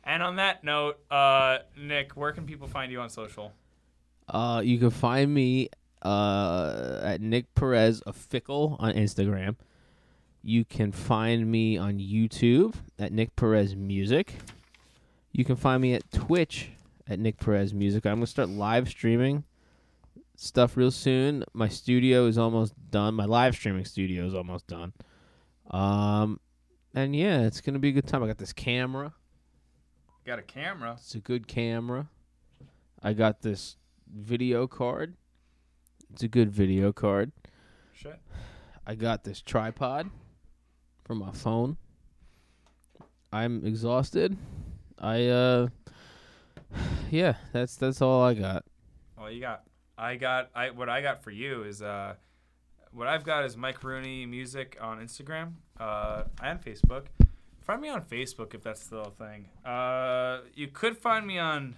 Speaker 3: And on that note, uh, Nick, where can people find you on social?
Speaker 1: Uh, you can find me uh, at Nick Perez of Fickle on Instagram. You can find me on YouTube at Nick Perez Music. You can find me at Twitch at Nick Perez Music. I'm gonna start live streaming stuff real soon. My studio is almost done. My live streaming studio is almost done. Um, and yeah, it's gonna be a good time. I got this camera.
Speaker 3: Got a camera.
Speaker 1: It's a good camera. I got this video card. It's a good video card.
Speaker 3: Shit.
Speaker 1: I got this tripod for my phone. I'm exhausted. I uh yeah, that's that's all I got.
Speaker 3: Well, you got. I got. I what I got for you is uh, what I've got is Mike Rooney music on Instagram, uh, and Facebook. Find me on Facebook if that's still a thing. Uh, you could find me on.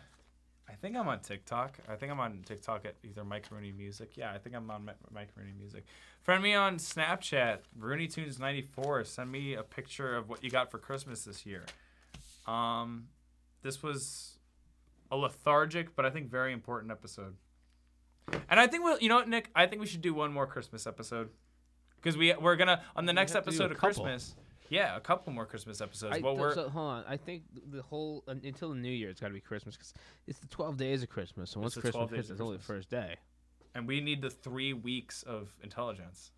Speaker 3: I think I'm on TikTok. I think I'm on TikTok at either Mike Rooney Music. Yeah, I think I'm on Mi- Mike Rooney Music. Friend me on Snapchat, Rooney Tunes 94. Send me a picture of what you got for Christmas this year. Um, this was a lethargic, but I think very important episode. And I think we'll, you know what, Nick? I think we should do one more Christmas episode because we we're gonna on the next
Speaker 1: have to do
Speaker 3: episode
Speaker 1: a
Speaker 3: of
Speaker 1: couple.
Speaker 3: Christmas. Yeah, a couple more Christmas episodes.
Speaker 1: I,
Speaker 3: well, we're
Speaker 1: so, hold on. I think the whole un- until the new year it's got to be Christmas cuz it's the 12 days of Christmas. So once
Speaker 3: the
Speaker 1: Christmas
Speaker 3: 12 days
Speaker 1: hits,
Speaker 3: of
Speaker 1: it's only the
Speaker 3: Christmas.
Speaker 1: first day.
Speaker 3: and we need the three weeks of intelligence.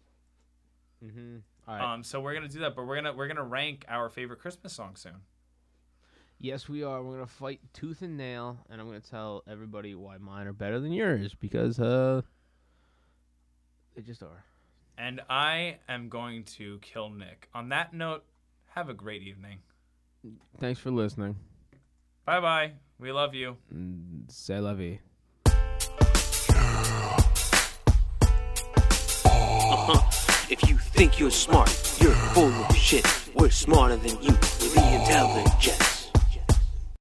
Speaker 1: Mhm. All right.
Speaker 3: Um, so we're gonna do that, but we're gonna we're gonna rank our favorite Christmas song soon.
Speaker 1: Yes, we are. We're gonna fight tooth and nail, and I'm gonna tell everybody why mine are better than yours because uh, they just are.
Speaker 3: And I am going to kill Nick. On that note, have a great evening.
Speaker 1: Thanks for listening.
Speaker 3: Bye bye. We love you.
Speaker 1: C'est la vie.
Speaker 2: If you think you're smart, you're full of shit. We're smarter than you. We're the intelligence.